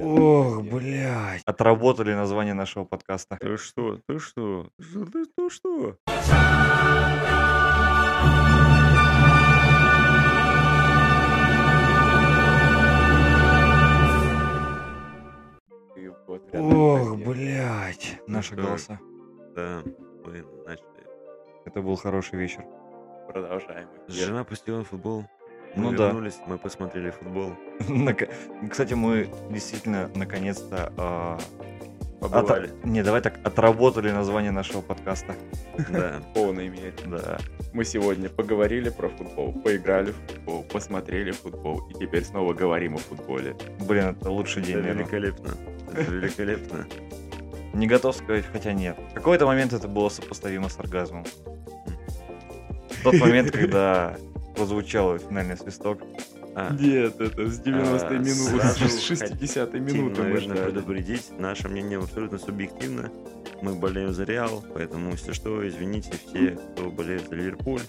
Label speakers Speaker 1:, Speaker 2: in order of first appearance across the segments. Speaker 1: А
Speaker 2: Отработали название нашего подкаста.
Speaker 1: Э,
Speaker 3: Ты что? Ты что? Ты что? Ты ты что? И вот рядом
Speaker 2: Ох,
Speaker 3: возник.
Speaker 2: блядь. Наши
Speaker 3: что?
Speaker 2: голоса.
Speaker 3: Да, мы начали.
Speaker 2: Это был хороший вечер.
Speaker 1: Продолжаем. эфир.
Speaker 3: Жена пустила футбол. Мы
Speaker 2: Ну да.
Speaker 3: вернулись, мы посмотрели футбол.
Speaker 2: Нака- Кстати, мы действительно наконец-то... а,
Speaker 1: Побывали
Speaker 2: от- Не, давай так, отработали название нашего подкаста.
Speaker 3: Да.
Speaker 1: в полной мере.
Speaker 2: Да.
Speaker 1: Мы сегодня поговорили про футбол, поиграли в футбол, посмотрели футбол и теперь снова говорим о футболе.
Speaker 2: Блин, это лучший день,
Speaker 3: Это
Speaker 2: наверное.
Speaker 3: великолепно. ну, Это великолепно.
Speaker 2: Не готов сказать, хотя нет. В какой-то момент это было сопоставимо с оргазмом. В тот момент, когда прозвучал финальный свисток.
Speaker 3: А,
Speaker 1: Нет, это с 90-й
Speaker 3: А,
Speaker 1: минуты,
Speaker 3: сразу
Speaker 1: с 60-й
Speaker 3: хотим,
Speaker 1: минуты мы
Speaker 3: наверное,
Speaker 1: ждали.
Speaker 3: предупредить. Наше мнение абсолютно субъективно. Мы болеем за Реал, поэтому, если что, извините все, кто болеет за Ливерпуль.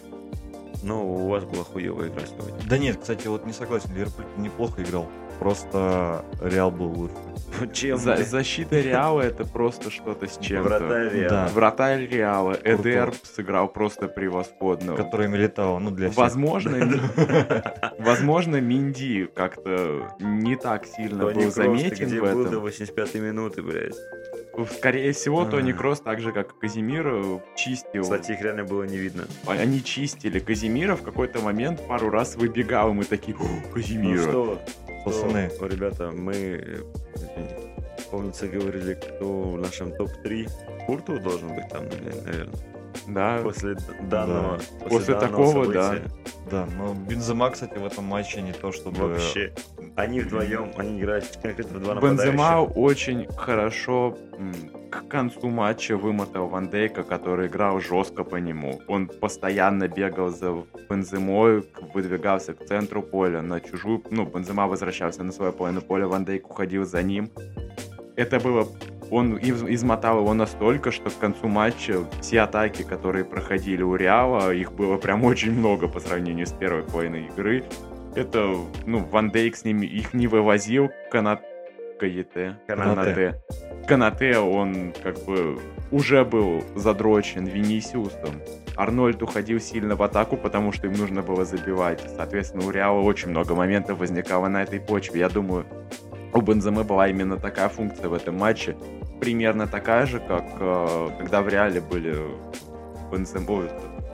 Speaker 3: Но у вас была хуевая игра сегодня.
Speaker 2: Да нет, кстати, вот не согласен, Ливерпуль неплохо играл. Просто Реал был лучше.
Speaker 3: Чем?
Speaker 1: За- защита Реала это просто что-то с чем-то.
Speaker 3: Врата
Speaker 2: Да.
Speaker 3: Реала.
Speaker 1: Вратарь Реала, Эдерб сыграл просто превосходно.
Speaker 2: Которыми летало, ну для всех.
Speaker 1: Возможно, возможно, Минди как-то не так сильно
Speaker 3: Тони
Speaker 1: был
Speaker 3: Кросс, ты
Speaker 1: заметен
Speaker 3: где
Speaker 1: в
Speaker 3: был до
Speaker 1: этом.
Speaker 3: 85-й минуты, блядь?
Speaker 1: Скорее всего, Тони
Speaker 2: А.
Speaker 1: Кросс, так же как и Казимир, чистил. А,
Speaker 3: Кстати, их реально было не видно.
Speaker 1: Они чистили. Казимира в какой-то момент пару раз выбегал, и мы такие, «О,
Speaker 3: Ну
Speaker 1: Казимира.
Speaker 3: что,
Speaker 2: Пацаны,
Speaker 3: что, ребята, мы, э, извините, помнится, говорили, кто в нашем топ-3. Курту должен быть там, наверное.
Speaker 1: Да,
Speaker 3: После д- данного...
Speaker 1: После
Speaker 3: данного
Speaker 1: такого, да.
Speaker 3: события.
Speaker 2: да, но Бензема, кстати, в этом матче не то, чтобы...
Speaker 3: Вообще. Они вдвоем, они играют конкретно в два
Speaker 1: Бензема
Speaker 3: нападающих.
Speaker 1: очень хорошо м, к концу матча вымотал Ван Дейка, который играл жестко по нему. Он постоянно бегал за Бенземой, к- выдвигался к центру поля, на чужую... Ну, Бензема возвращался на свою половину поля, Ван Дейк уходил за ним. Это было... Он из- измотал его настолько, что к концу матча все атаки, которые проходили у Реала, их было прям очень много по сравнению с первой половиной игры. Это, ну, Ван Дейк с ними их не вывозил, Канат... Каете?
Speaker 2: Канате.
Speaker 1: Канате. Канате, он как бы уже был задрочен Винисиусом. Арнольд уходил сильно в атаку, потому что им нужно было забивать. Соответственно, у Реала очень много моментов возникало на этой почве. Я думаю, у Бенземы была именно такая функция в этом матче. Примерно такая же, как э, когда в Реале были Бензем... ой,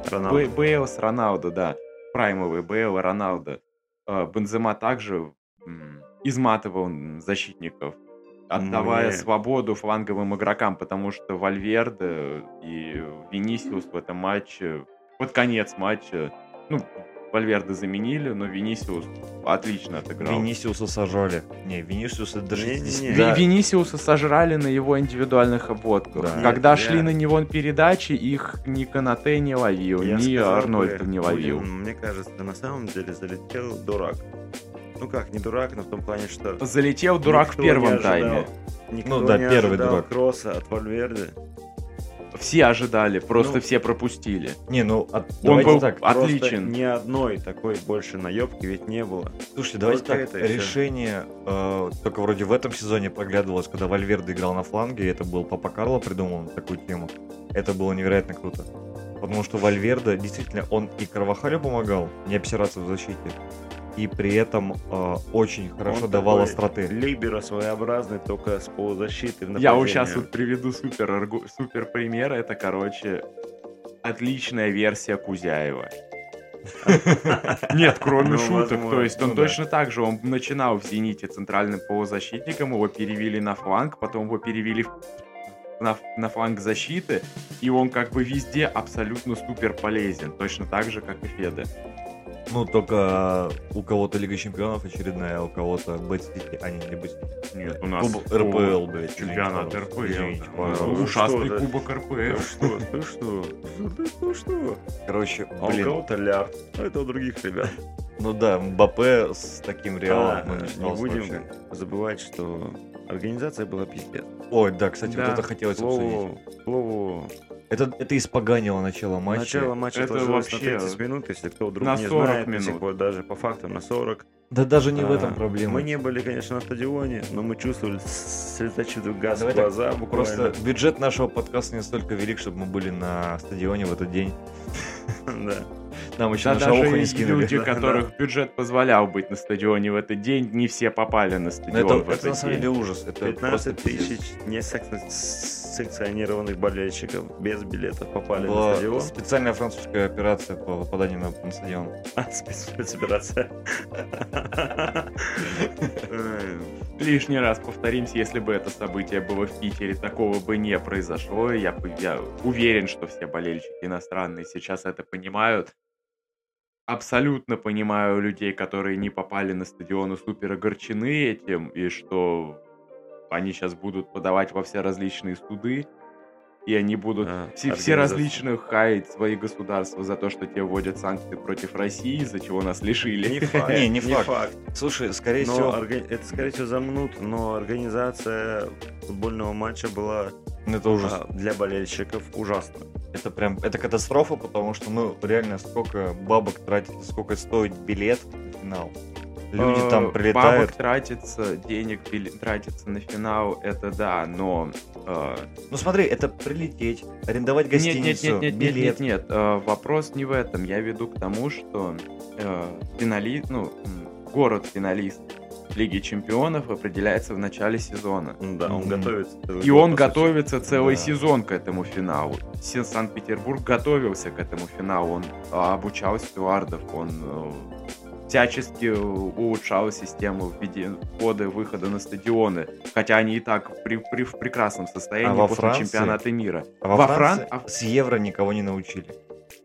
Speaker 3: Роналду.
Speaker 1: Б- Бейл с Роналдо, да. Праймовый Бейл и Роналдо. Э, Бензема также м, изматывал м, защитников, отдавая
Speaker 3: Мне-
Speaker 1: свободу фланговым игрокам, потому что Вальверде и Винисиус в этом матче, под конец матча, ну, Вальверде заменили, но Винисиус отлично отыграл.
Speaker 2: Винисиуса сожрали. Не, Винисиуса до
Speaker 3: Не-не-не.
Speaker 2: 60.
Speaker 1: Ви-
Speaker 2: Да.
Speaker 1: Винисиуса сожрали на его индивидуальных обводках.
Speaker 2: Да.
Speaker 1: Когда
Speaker 3: Нет,
Speaker 1: шли
Speaker 3: я-
Speaker 1: на него передачи, их ни Канате не ловил,
Speaker 3: Я
Speaker 1: ни
Speaker 3: сказал бы,
Speaker 1: Арнольд не ловил.
Speaker 3: Путин, Мне кажется, на самом деле залетел дурак. Ну как, не дурак, но в том плане, что...
Speaker 1: Залетел дурак
Speaker 3: никто
Speaker 1: в первом
Speaker 3: не ожидал-
Speaker 1: тайме.
Speaker 3: Никто
Speaker 2: Ну да,
Speaker 3: не
Speaker 2: первый
Speaker 3: ожидал
Speaker 2: дурак.
Speaker 3: кросса от Вальверде.
Speaker 1: Все ожидали, просто
Speaker 3: Ну,
Speaker 1: все пропустили.
Speaker 2: Не, ну, от- давайте
Speaker 1: был-
Speaker 2: так.
Speaker 3: Просто
Speaker 1: Отличен.
Speaker 3: ни одной такой больше наебки ведь не было.
Speaker 2: Слушайте, давайте
Speaker 3: Только
Speaker 2: так,
Speaker 3: это и всё.
Speaker 2: решение э, только вроде в этом сезоне проглядывалось, когда Вальверде играл на фланге, и это был Папа Карло придумал такую тему. Это было невероятно круто. Потому что Вальверде, действительно, он и Карвахалю помогал не обсираться в защите, и при этом э, очень хорошо
Speaker 3: Он
Speaker 2: давал
Speaker 3: такой
Speaker 2: остроты.
Speaker 3: Либеро своеобразный, только с полузащиты в
Speaker 1: Я
Speaker 3: нападении.
Speaker 1: вот сейчас вот приведу супер, аргу- супер пример. Это, короче, отличная версия Кузяева. Нет, кроме
Speaker 3: Ну,
Speaker 1: шуток.
Speaker 3: возможно,
Speaker 1: То есть он
Speaker 3: ну да.
Speaker 1: точно так же, он начинал в «Зените» центральным полузащитником, его перевели на фланг, потом его перевели в- на, на фланг защиты, и он как бы везде абсолютно супер полезен, точно так же, как и Феда.
Speaker 2: Ну, только у кого-то Лига Чемпионов очередная, а у кого-то Бэтсити, а не, не Бэтсити.
Speaker 1: Нет, у нас
Speaker 2: Куб РПЛ, блядь.
Speaker 1: Чемпионат
Speaker 2: извините,
Speaker 1: РПЛ.
Speaker 2: извините,
Speaker 1: да.
Speaker 2: пожалуйста.
Speaker 3: Ну,
Speaker 1: Ушастый
Speaker 3: что ты?
Speaker 1: кубок
Speaker 3: Ты
Speaker 1: РПЛ.
Speaker 3: что, ты что? Ты что, что?
Speaker 2: Короче,
Speaker 3: А у
Speaker 2: блин,
Speaker 3: кого-то лярд. Ну, это у других ребят.
Speaker 2: ну да, Мбаппе с таким реалом.
Speaker 3: А,
Speaker 2: ну, не
Speaker 3: не
Speaker 2: считался вообще.
Speaker 3: будем забывать, что организация была пиздец.
Speaker 2: Ой, да, кстати, вот
Speaker 1: Да.
Speaker 2: это хотелось обсудить.
Speaker 3: Слову, слову,
Speaker 2: Это, это испоганило начало матча.
Speaker 3: начало матча
Speaker 1: Это
Speaker 3: отложилось
Speaker 1: вообще
Speaker 3: на 30 минут, если кто вдруг
Speaker 1: на
Speaker 3: не
Speaker 1: 40
Speaker 3: знает, до сих
Speaker 1: минут.
Speaker 3: пор даже по факту на 40.
Speaker 2: Да даже не в
Speaker 3: А,
Speaker 2: этом проблема.
Speaker 3: Мы не были, конечно, на стадионе, но мы чувствовали с- светочувствующий газ
Speaker 2: Давай
Speaker 3: в
Speaker 2: так,
Speaker 3: глаза буквально.
Speaker 2: Просто бюджет нашего подкаста не столько велик, чтобы мы были на стадионе в этот день.
Speaker 3: Да.
Speaker 2: Нам еще
Speaker 1: Да
Speaker 2: на шавуху
Speaker 1: даже
Speaker 2: не
Speaker 1: и
Speaker 2: скинули.
Speaker 1: люди, которых бюджет позволял быть на стадионе в этот день, не все попали на
Speaker 2: Но
Speaker 1: стадион
Speaker 2: это,
Speaker 1: в
Speaker 2: это на
Speaker 1: этот
Speaker 2: самом
Speaker 1: день.
Speaker 2: деле ужас. Это просто
Speaker 3: 15 тысяч несанкционированных болельщиков без билетов попали
Speaker 2: была
Speaker 3: на стадион.
Speaker 2: специальная французская операция по попаданию на, на стадион.
Speaker 3: А, спецоперация. Э,
Speaker 1: Лишний раз повторимся, если бы это событие было в Питере, такого бы не произошло. Я, бы- я уверен, что все болельщики иностранные сейчас это понимают. Абсолютно понимаю людей, которые не попали на стадионы, супер огорчены этим, и что они сейчас будут подавать во все различные суды, и они будут
Speaker 3: а,
Speaker 1: все, все
Speaker 3: организация.
Speaker 1: различных хаять свои государства за то, что те вводят санкции против России, из-за чего нас лишили.
Speaker 3: Не факт.
Speaker 2: Не, не факт. Слушай, скорее
Speaker 3: Но
Speaker 2: всего,
Speaker 3: орга- это, скорее всего, замнут, но организация футбольного матча была
Speaker 2: ну, это ужас.
Speaker 3: а, для болельщиков ужасно.
Speaker 2: Это прям, это катастрофа, потому что, ну, реально, сколько бабок тратить, сколько стоит билет на финал. Люди
Speaker 1: Э,
Speaker 2: там прилетают.
Speaker 1: Бабок тратится, денег били- тратится на финал, это да, но... э,
Speaker 2: Ну смотри, это прилететь, арендовать
Speaker 1: нет,
Speaker 2: гостиницу,
Speaker 1: нет, нет, нет, нет, нет,
Speaker 2: билет.
Speaker 1: нет, э, вопрос не в этом. Я веду к тому, что э, финали, ну, м, город-финалист Лиги Чемпионов определяется в начале сезона.
Speaker 3: Да, он
Speaker 2: Мгм.
Speaker 3: готовится. целый
Speaker 1: И
Speaker 3: год,
Speaker 1: он
Speaker 3: по сути.
Speaker 1: готовится целый
Speaker 2: Да.
Speaker 1: сезон к этому финалу. Се- Санкт-Петербург готовился к этому финалу. Он а, обучал стюардов, он э, всячески э, улучшал систему введе- входа и выхода на стадионы. Хотя они и так при- при- в прекрасном состоянии
Speaker 2: А во
Speaker 1: после
Speaker 2: Франции?
Speaker 1: чемпионата мира.
Speaker 2: А во,
Speaker 1: Во
Speaker 2: Франции
Speaker 1: Фран- а-
Speaker 2: с евро никого не научили.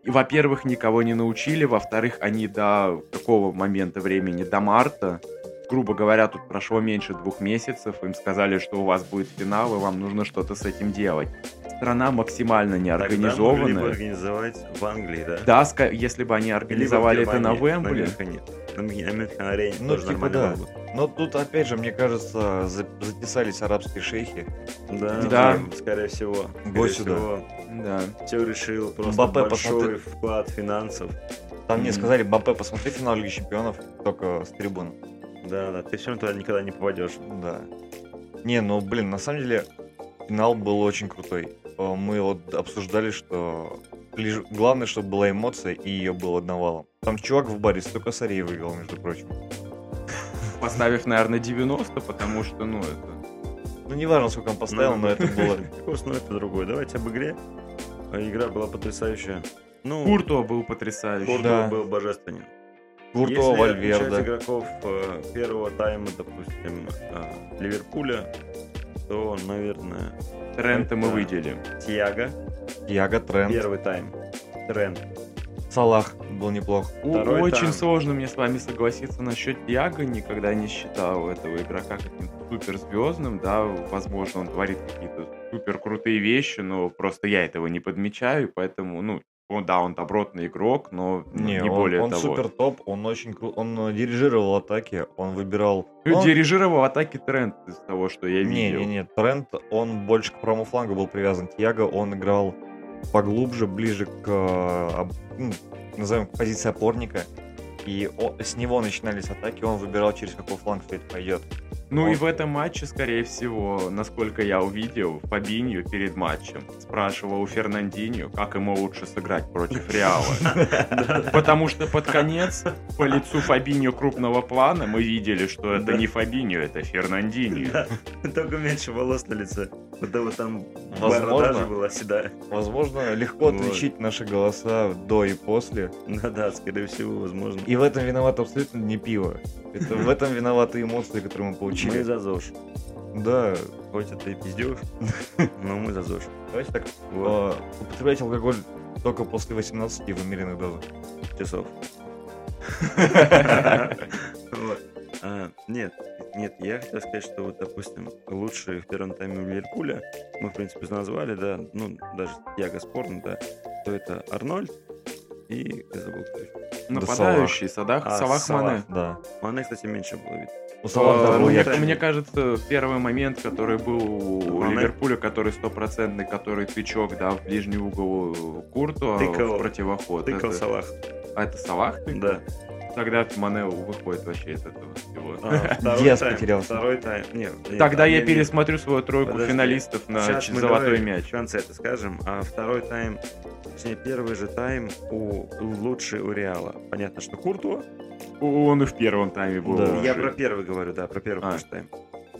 Speaker 1: И, во-первых, никого не научили, во-вторых, они до какого момента времени, до марта, грубо говоря, тут прошло меньше двух месяцев, им сказали, что у вас будет финал, и вам нужно что-то с этим делать. Страна максимально
Speaker 3: Тогда могли бы
Speaker 1: неорганизованная.
Speaker 3: организовать в Англии, да?
Speaker 1: Да, ска- если бы они
Speaker 3: Или в
Speaker 1: организовали это на
Speaker 3: Германии,
Speaker 1: Вембле,
Speaker 3: На Мюнхене. На Мюн- на Мюнхен-арене
Speaker 2: Ну,
Speaker 3: тоже
Speaker 2: типа,
Speaker 3: нормально
Speaker 2: да.
Speaker 3: было бы.
Speaker 2: Но тут, опять же, мне кажется, за- затесались арабские шейхи.
Speaker 3: Да,
Speaker 1: Да.
Speaker 3: блин, скорее всего.
Speaker 2: Го
Speaker 3: Скорее
Speaker 2: сюда.
Speaker 3: всего,
Speaker 1: да.
Speaker 3: все решил просто
Speaker 2: Мбаппе,
Speaker 3: большой
Speaker 2: посмотри.
Speaker 3: вклад финансов.
Speaker 2: Там мне
Speaker 1: Мгм.
Speaker 2: сказали, Бапе, посмотри финал Лиги Чемпионов только с трибун.
Speaker 3: Да, да, ты все равно туда никогда не попадешь.
Speaker 2: Да. Не, ну, блин, на самом деле, финал был очень крутой. Э, Мы вот обсуждали, что лишь- главное, чтобы была эмоция, и ее было навалом. Там чувак в баре столько сорей выиграл, между прочим.
Speaker 1: поставив, наверное, 90, потому что, ну, это...
Speaker 2: Ну, неважно, сколько он поставил,
Speaker 1: Ну,
Speaker 2: но это было...
Speaker 3: Ну, Курс, но это другой. Давайте об игре. А, Игра была потрясающая. Ну,
Speaker 1: Куртуа был потрясающий.
Speaker 3: Куртуа
Speaker 2: да.
Speaker 3: был божественен.
Speaker 2: Куртуа,
Speaker 3: Если отмечать
Speaker 2: Вальверда.
Speaker 3: игроков э, первого тайма, допустим, э, Ливерпуля, то, наверное,
Speaker 1: Трента мы
Speaker 3: Да.
Speaker 1: выделим.
Speaker 3: Тиаго,
Speaker 2: Яга, Трент,
Speaker 3: первый тайм, Трент.
Speaker 2: Салах был неплох.
Speaker 1: У-
Speaker 3: Второй
Speaker 1: Очень
Speaker 3: там.
Speaker 1: сложно мне с вами согласиться насчет Диаго. Никогда не считал этого игрока каким-то суперзвездным. Да, возможно, он творит какие-то супер крутые вещи, но просто я этого не подмечаю, и поэтому, ну, он, да, он добротный игрок, но не,
Speaker 2: Не, он,
Speaker 1: более
Speaker 2: он
Speaker 1: того.
Speaker 2: супер топ, он очень кру... он э, дирижировал атаки, он выбирал.
Speaker 1: Ну,
Speaker 2: он-
Speaker 1: Дирижировал атаки тренд из того, что я
Speaker 2: Не,
Speaker 1: видел.
Speaker 2: не, не, Трент, он больше к правому флангу был привязан. Тьяго, он играл поглубже, ближе к, э, об- ну, назовем, к позиции опорника. И о- с него начинались атаки, он выбирал, через какой фланг все это пойдет.
Speaker 1: Ну
Speaker 2: Он-
Speaker 1: и в этом матче, скорее всего, насколько я увидел, Фабинью перед матчем спрашивал у Фернандиньо, как ему лучше сыграть против Реала. Потому что под конец по лицу Фабинью крупного плана мы видели, что это
Speaker 3: Да.
Speaker 1: не Фабинью, это Фернандиньо.
Speaker 3: Да, Только меньше волос на лице. Вот это вот там
Speaker 2: Возможно.
Speaker 3: борода же была седая.
Speaker 2: Возможно, легко
Speaker 3: Вот.
Speaker 2: отличить наши голоса до и после.
Speaker 3: Да, Ну да, скорее всего, возможно.
Speaker 2: И в этом виновато абсолютно не пиво. Это в этом виноваты эмоции, которые мы
Speaker 3: Мы
Speaker 2: получили.
Speaker 3: за ЗОЖ.
Speaker 2: Да,
Speaker 3: Хоть это и пиздеж, но мы за ЗОЖ.
Speaker 2: давайте так.
Speaker 3: Вот,
Speaker 2: э, Употреблять алкоголь только после 18 в умеренных дозах.
Speaker 3: часов. Вот. А, Нет, нет, я хотел сказать, что вот, допустим, лучшие в первом тайме у Ливерпуля, мы, в принципе, назвали, да, ну, даже Яго спорно, да, то это Арнольд и я забыл, кто еще.
Speaker 1: Нападающий Садах,
Speaker 3: А,
Speaker 1: Салах
Speaker 3: Салах.
Speaker 1: Мане.
Speaker 2: Да.
Speaker 3: Мане, Ну, кстати, меньше было видно.
Speaker 2: У Салаха
Speaker 1: Э,
Speaker 2: там был
Speaker 3: ну,
Speaker 1: мне-
Speaker 2: ярче.
Speaker 3: это-
Speaker 1: Мне кажется, первый момент, который был у
Speaker 3: Мане.
Speaker 1: Ливерпуля, который стопроцентный, который тычок, да, в ближний угол Курту, а
Speaker 3: Тыкал.
Speaker 1: в противоход.
Speaker 3: Тыкал
Speaker 1: Это-
Speaker 3: Салах,
Speaker 1: А это Салах тыкал?
Speaker 3: Э, да.
Speaker 1: тогда Мане выходит вообще из этого всего.
Speaker 3: А, второй
Speaker 2: Диас
Speaker 3: тайм,
Speaker 2: потерялся.
Speaker 3: Второй тайм. Нет, нет,
Speaker 1: Тогда
Speaker 3: а,
Speaker 1: я
Speaker 3: нет,
Speaker 1: пересмотрю свою тройку
Speaker 3: Подожди.
Speaker 1: финалистов на
Speaker 3: Сейчас
Speaker 1: ч-
Speaker 3: мы
Speaker 1: золотой
Speaker 3: говорим,
Speaker 1: мяч.
Speaker 3: В конце это скажем. А второй тайм, точнее, первый же тайм у лучший у Реала. Понятно, что Куртуа.
Speaker 1: О, Он и в первом тайме был.
Speaker 2: Да.
Speaker 1: уже.
Speaker 3: Я про первый говорю, да, про первый
Speaker 1: А.
Speaker 3: потому что тайм.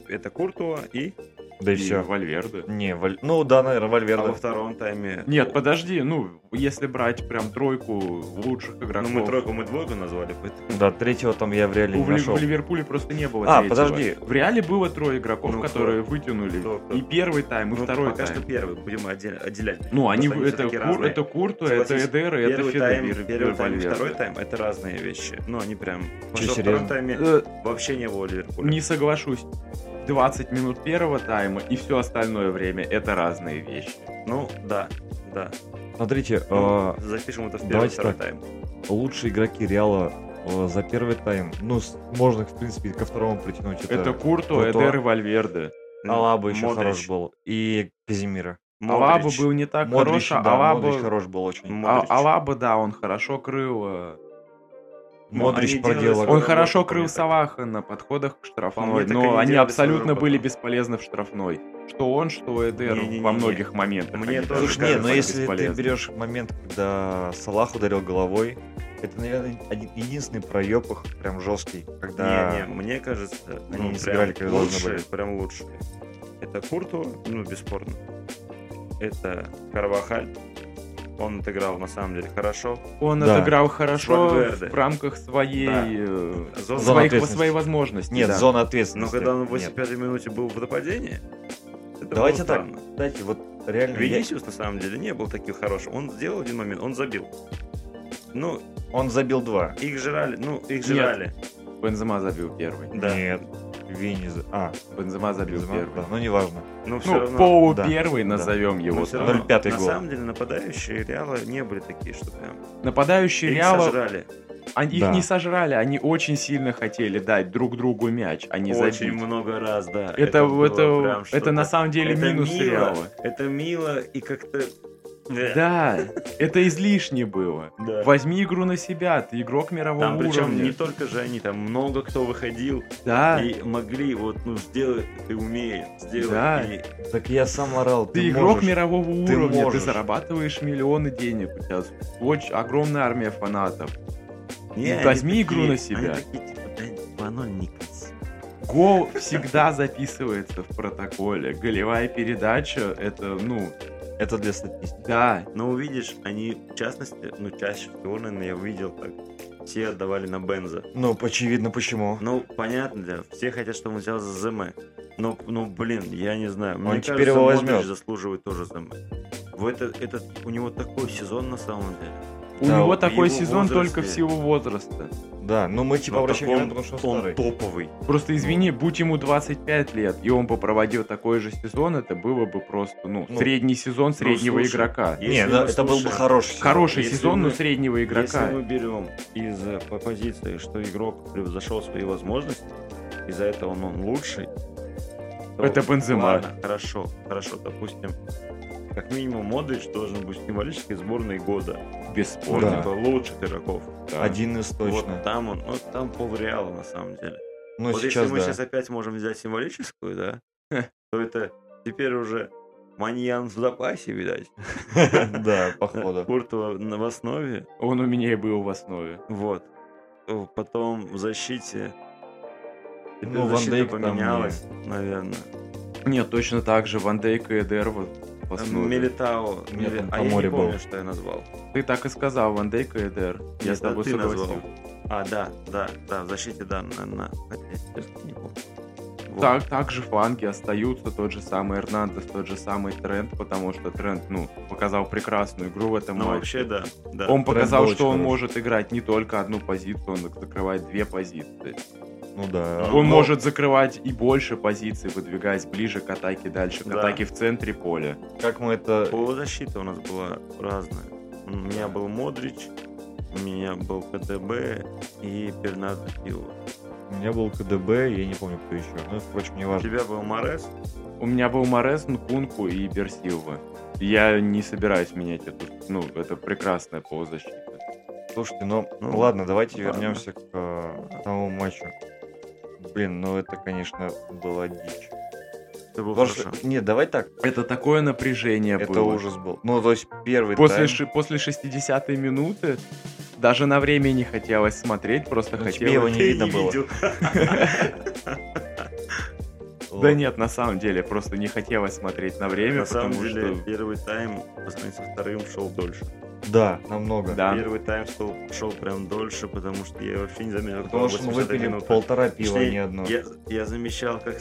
Speaker 3: Это Куртуа и...
Speaker 2: Да и
Speaker 1: И
Speaker 2: все.
Speaker 1: Вальверде.
Speaker 2: Не, Валь- ну да, наверное,
Speaker 3: А во
Speaker 2: Вальверда.
Speaker 3: втором тайме...
Speaker 1: Нет, подожди, ну, если брать прям тройку лучших
Speaker 3: Ну,
Speaker 1: игроков.
Speaker 3: мы тройку, мы двойку назвали, поэтому...
Speaker 2: Да, третьего там я в реале
Speaker 1: У
Speaker 2: не
Speaker 1: в, Ли-
Speaker 2: нашел.
Speaker 1: в Ливерпуле просто не было.
Speaker 2: А,
Speaker 1: третьего.
Speaker 2: подожди.
Speaker 1: В реале было трое игроков,
Speaker 3: Ну,
Speaker 1: которые вытянули
Speaker 3: кто, кто?
Speaker 1: и первый тайм, и
Speaker 3: Ну,
Speaker 1: второй
Speaker 3: пока
Speaker 1: тайм.
Speaker 3: что первый, будем отдель- отделять.
Speaker 1: Ну, они,
Speaker 3: Потому что
Speaker 1: это,
Speaker 3: всё-таки
Speaker 1: Кур-
Speaker 3: разные.
Speaker 1: это Курту, это
Speaker 3: Согласись,
Speaker 1: Эдер, и это
Speaker 3: Первый тайм,
Speaker 1: Федер.
Speaker 3: первый тайм, и
Speaker 1: Вальверде.
Speaker 3: второй тайм это разные вещи. Ну, они прям. Потому
Speaker 2: Чё,
Speaker 3: что во
Speaker 2: серьёзно?
Speaker 3: втором тайме
Speaker 1: Э,
Speaker 3: вообще не было Ливерпуля.
Speaker 1: Не соглашусь. 20 минут первого тайма и все остальное время это разные вещи.
Speaker 3: Ну, да, да.
Speaker 2: Смотрите,
Speaker 3: Ну,
Speaker 1: А,
Speaker 2: э,
Speaker 3: запишем это в первый,
Speaker 2: давайте
Speaker 3: второй
Speaker 2: так.
Speaker 3: тайм.
Speaker 2: лучшие игроки Реала э, за первый тайм, ну, с- можно, в принципе, ко второму притянуть.
Speaker 1: Это
Speaker 2: Это
Speaker 1: Курту,
Speaker 2: Куртуа.
Speaker 1: Эдер и Вальверде.
Speaker 2: Алаба еще
Speaker 3: Модрич,
Speaker 2: хорош был. И Казимира.
Speaker 3: Модрич.
Speaker 1: Алаба был не так
Speaker 2: Модрич,
Speaker 1: хорош, а Алаба...
Speaker 2: Модрич хорош был очень.
Speaker 3: М-
Speaker 1: А-
Speaker 3: Модрич.
Speaker 1: Алаба, да, он хорошо крыл. э,
Speaker 3: Ну,
Speaker 2: Модрич
Speaker 3: они делали
Speaker 2: проделал.
Speaker 3: свою
Speaker 1: Он
Speaker 3: работу,
Speaker 1: хорошо
Speaker 3: по
Speaker 1: крыл
Speaker 3: мне так. Ну,
Speaker 1: Салаха на подходах к штрафной,
Speaker 3: мне, так
Speaker 1: но
Speaker 3: они
Speaker 1: они
Speaker 3: делали
Speaker 1: абсолютно
Speaker 3: свою
Speaker 1: были
Speaker 3: работу.
Speaker 1: бесполезны в штрафной. Что он, что Эдер
Speaker 3: Не-не-не-не.
Speaker 1: во многих моментах.
Speaker 3: Мне
Speaker 1: они
Speaker 3: тоже
Speaker 1: были
Speaker 2: Слушай, не,
Speaker 3: кажется,
Speaker 2: но
Speaker 3: это
Speaker 2: если
Speaker 1: бесполезны.
Speaker 2: ты берешь момент, когда Салах ударил головой, это, наверное, один, единственный проеб их прям жесткий, когда...
Speaker 3: Не, не, мне кажется,
Speaker 2: Они
Speaker 3: ну,
Speaker 2: не
Speaker 3: прям
Speaker 2: сыграли, как должны
Speaker 3: лучшие,
Speaker 2: были.
Speaker 3: прям лучшие. Это Курту, ну, бесспорно. Это Карвахаль. Он отыграл, на самом деле, хорошо.
Speaker 1: Он
Speaker 2: Да.
Speaker 1: отыграл хорошо
Speaker 3: Вальверде.
Speaker 1: в рамках своей,
Speaker 3: Да.
Speaker 1: э,
Speaker 3: Зона
Speaker 1: своих,
Speaker 2: ответственности.
Speaker 1: своей возможности.
Speaker 2: Нет,
Speaker 1: да.
Speaker 2: зона
Speaker 3: Но
Speaker 2: ответственности.
Speaker 3: когда он в
Speaker 2: Нет.
Speaker 3: 85-й минуте был в нападении, это
Speaker 2: Давайте
Speaker 3: было
Speaker 2: так,
Speaker 3: странно.
Speaker 2: кстати, вот реально... я-
Speaker 3: Венисиус, на самом деле, не был таким хорошим. Он сделал один момент, он забил. Ну,
Speaker 2: Он забил два.
Speaker 3: их жрали, ну, их жрали.
Speaker 1: Бензема забил первый.
Speaker 3: Да.
Speaker 2: Нет, Вини... за- А,
Speaker 1: Бензема забил
Speaker 2: Бензема,
Speaker 1: первый.
Speaker 2: да, ну неважно.
Speaker 3: Но все
Speaker 1: Ну,
Speaker 3: равно.
Speaker 1: Поу
Speaker 2: да,
Speaker 1: первый,
Speaker 2: да.
Speaker 1: назовем
Speaker 3: но
Speaker 1: его.
Speaker 3: всё
Speaker 1: так.
Speaker 3: равно.
Speaker 2: 0,5
Speaker 3: На
Speaker 2: гол.
Speaker 3: самом деле, нападающие Реала не были такие, что прям...
Speaker 1: Нападающие
Speaker 3: Их
Speaker 1: Реала,
Speaker 3: сожрали.
Speaker 1: они, их
Speaker 2: Да.
Speaker 1: не сожрали, они очень сильно хотели дать друг другу мяч, а не
Speaker 3: Очень
Speaker 1: забить.
Speaker 3: много раз, да.
Speaker 1: Это,
Speaker 3: было
Speaker 1: это,
Speaker 3: прям
Speaker 1: это,
Speaker 3: что-то.
Speaker 1: на самом деле
Speaker 3: Это
Speaker 1: минус
Speaker 3: мило,
Speaker 1: Реала.
Speaker 3: Это мило и как-то... Да.
Speaker 1: Да, это излишне было.
Speaker 3: Да.
Speaker 1: Возьми игру на себя, ты игрок мирового
Speaker 3: Там причем
Speaker 1: уровня.
Speaker 3: не только же они, там много кто выходил
Speaker 1: Да,
Speaker 3: и могли вот, ну, сделать, ты умеешь, сделать.
Speaker 1: Да.
Speaker 3: и-
Speaker 2: Так я сам орал, ты,
Speaker 1: ты, игрок
Speaker 2: можешь.
Speaker 1: мирового
Speaker 2: ты
Speaker 1: уровня, ты
Speaker 2: можешь.
Speaker 1: зарабатываешь миллионы денег, у тебя очень огромная армия фанатов.
Speaker 3: Не, они
Speaker 1: Ну, возьми
Speaker 3: такие-
Speaker 1: игру на себя.
Speaker 3: Они такие, типа, да, оно не красиво.
Speaker 1: Гол всегда записывается в протоколе. Голевая передача это, ну,
Speaker 2: Это для статистики.
Speaker 1: да.
Speaker 3: Но увидишь, они, в частности, ну, чаще всего, наверное, я увидел, как все отдавали на Бенза.
Speaker 2: Ну, очевидно, почему.
Speaker 3: Ну, понятно, да, все хотят, чтобы он взял за ЗМ. Но, ну, блин, я не знаю.
Speaker 2: Он теперь его
Speaker 3: Модрич
Speaker 2: возьмет.
Speaker 3: заслуживает тоже ЗМ. В этот, этот, у него такой сезон на самом деле.
Speaker 1: У
Speaker 2: Да,
Speaker 1: него
Speaker 2: вот в
Speaker 1: такой
Speaker 3: его
Speaker 1: сезон только в
Speaker 3: возрасте.
Speaker 1: силу возраста.
Speaker 2: Да, ну мы типа
Speaker 3: Но
Speaker 2: обращаем
Speaker 3: так он-
Speaker 2: внимание, потому что он
Speaker 3: он
Speaker 2: старый.
Speaker 3: топовый.
Speaker 1: Просто извини, будь ему 25 лет, и он бы проводил такой же сезон, это было бы просто, ну,
Speaker 2: Ну,
Speaker 1: средний сезон среднего
Speaker 3: слушай,
Speaker 1: игрока.
Speaker 3: Если
Speaker 2: Не, да,
Speaker 3: мы
Speaker 2: это был бы
Speaker 3: слушаем-
Speaker 2: хороший сезон.
Speaker 1: Хороший
Speaker 3: если
Speaker 1: сезон, но
Speaker 3: мы-
Speaker 1: среднего игрока.
Speaker 3: Если мы берем из э, по позиции, что игрок превзошел свои возможности, из-за этого он, он лучший. то
Speaker 1: Это Бензема.
Speaker 3: Ладно, хорошо, хорошо, допустим. Как минимум, Модрич должен быть в символической сборной года. Он
Speaker 2: Да.
Speaker 1: Бесспорно.
Speaker 3: типа лучших игроков.
Speaker 2: Один из точно.
Speaker 3: Вот там он, вот там полреала на самом деле.
Speaker 2: Ну,
Speaker 3: вот
Speaker 2: сейчас
Speaker 3: если мы
Speaker 2: да.
Speaker 3: сейчас опять можем взять символическую, да, то это теперь уже маньян в запасе, видать.
Speaker 2: Да, походу.
Speaker 3: Куртова на- в основе.
Speaker 1: Он у меня и был в основе.
Speaker 3: Вот. Э, Потом в защите. Теперь
Speaker 2: Ну, Ван
Speaker 3: защита
Speaker 2: Дейк там
Speaker 3: поменялась, наверное.
Speaker 1: Нет, точно так же, Ван Дейк и Эдер в в основе.
Speaker 3: Милитао.
Speaker 2: У меня
Speaker 3: Мили-
Speaker 2: там
Speaker 3: А я не
Speaker 2: Тамори был.
Speaker 3: помню, что я назвал.
Speaker 1: Ты так и сказал, Ван Дейк и Эдер. Я
Speaker 3: Нет,
Speaker 1: с
Speaker 3: это
Speaker 1: тобой
Speaker 3: ты назвал.
Speaker 1: согласен.
Speaker 3: А, да, да, да, в защите, да, на... на- хотя я сейчас не помню. Вот.
Speaker 1: Так, также фланги остаются тот же самый Эрнандес, тот же самый Тренд, потому что Тренд, ну, показал прекрасную игру в этом
Speaker 3: Ну,
Speaker 1: матче.
Speaker 3: вообще, да, да.
Speaker 1: Он показал,
Speaker 2: был
Speaker 1: что
Speaker 2: очень
Speaker 1: он
Speaker 2: хорош.
Speaker 1: может играть не только одну позицию, он закрывает две позиции.
Speaker 2: Ну да.
Speaker 1: Он
Speaker 3: Но-
Speaker 1: может закрывать и больше позиций, выдвигаясь ближе к атаке, дальше к
Speaker 3: Да.
Speaker 1: атаке в центре поля.
Speaker 2: Как мы это...
Speaker 3: Полузащита у нас была разная. У меня был Модрич, у меня был КТБ и Бернардо Силва.
Speaker 2: У меня был КДБ, я не помню, кто еще. Ну, впрочем, не
Speaker 3: У
Speaker 2: важно.
Speaker 3: тебя был Морес,
Speaker 1: У меня был Морес, Нкунку и Берсилва. Я не собираюсь менять эту... Ну, это прекрасная полузащита.
Speaker 2: Слушайте, ну,
Speaker 3: Ну,
Speaker 2: ладно, давайте
Speaker 3: ладно.
Speaker 2: вернемся к э, тому матчу. Блин, ну это, конечно, была дичь.
Speaker 3: Это было
Speaker 2: Потому что-
Speaker 3: хорошо.
Speaker 2: Нет, давай так.
Speaker 1: Это такое напряжение
Speaker 2: это
Speaker 1: было.
Speaker 2: ужас был. Ну, то есть первый
Speaker 1: После,
Speaker 2: тайм-
Speaker 1: ши- после 60-й минуты даже на время не хотелось смотреть, просто
Speaker 2: Ну, тебе
Speaker 1: хотелось...
Speaker 2: его не
Speaker 3: Ты
Speaker 2: видно было.
Speaker 3: видел.
Speaker 1: Да нет, на самом деле, просто не хотелось смотреть на время,
Speaker 3: На самом
Speaker 1: потому
Speaker 3: деле,
Speaker 1: что...
Speaker 3: первый тайм по сравнению со вторым шел дольше.
Speaker 2: Да, намного.
Speaker 1: Да.
Speaker 3: Первый тайм шел, шел прям дольше, потому что я вообще не заметил,
Speaker 2: Потому
Speaker 3: как
Speaker 2: что мы
Speaker 3: 80-я
Speaker 2: выпили
Speaker 3: минута.
Speaker 2: полтора пива,
Speaker 3: Точнее,
Speaker 2: не одно.
Speaker 3: Я, я замечал, как,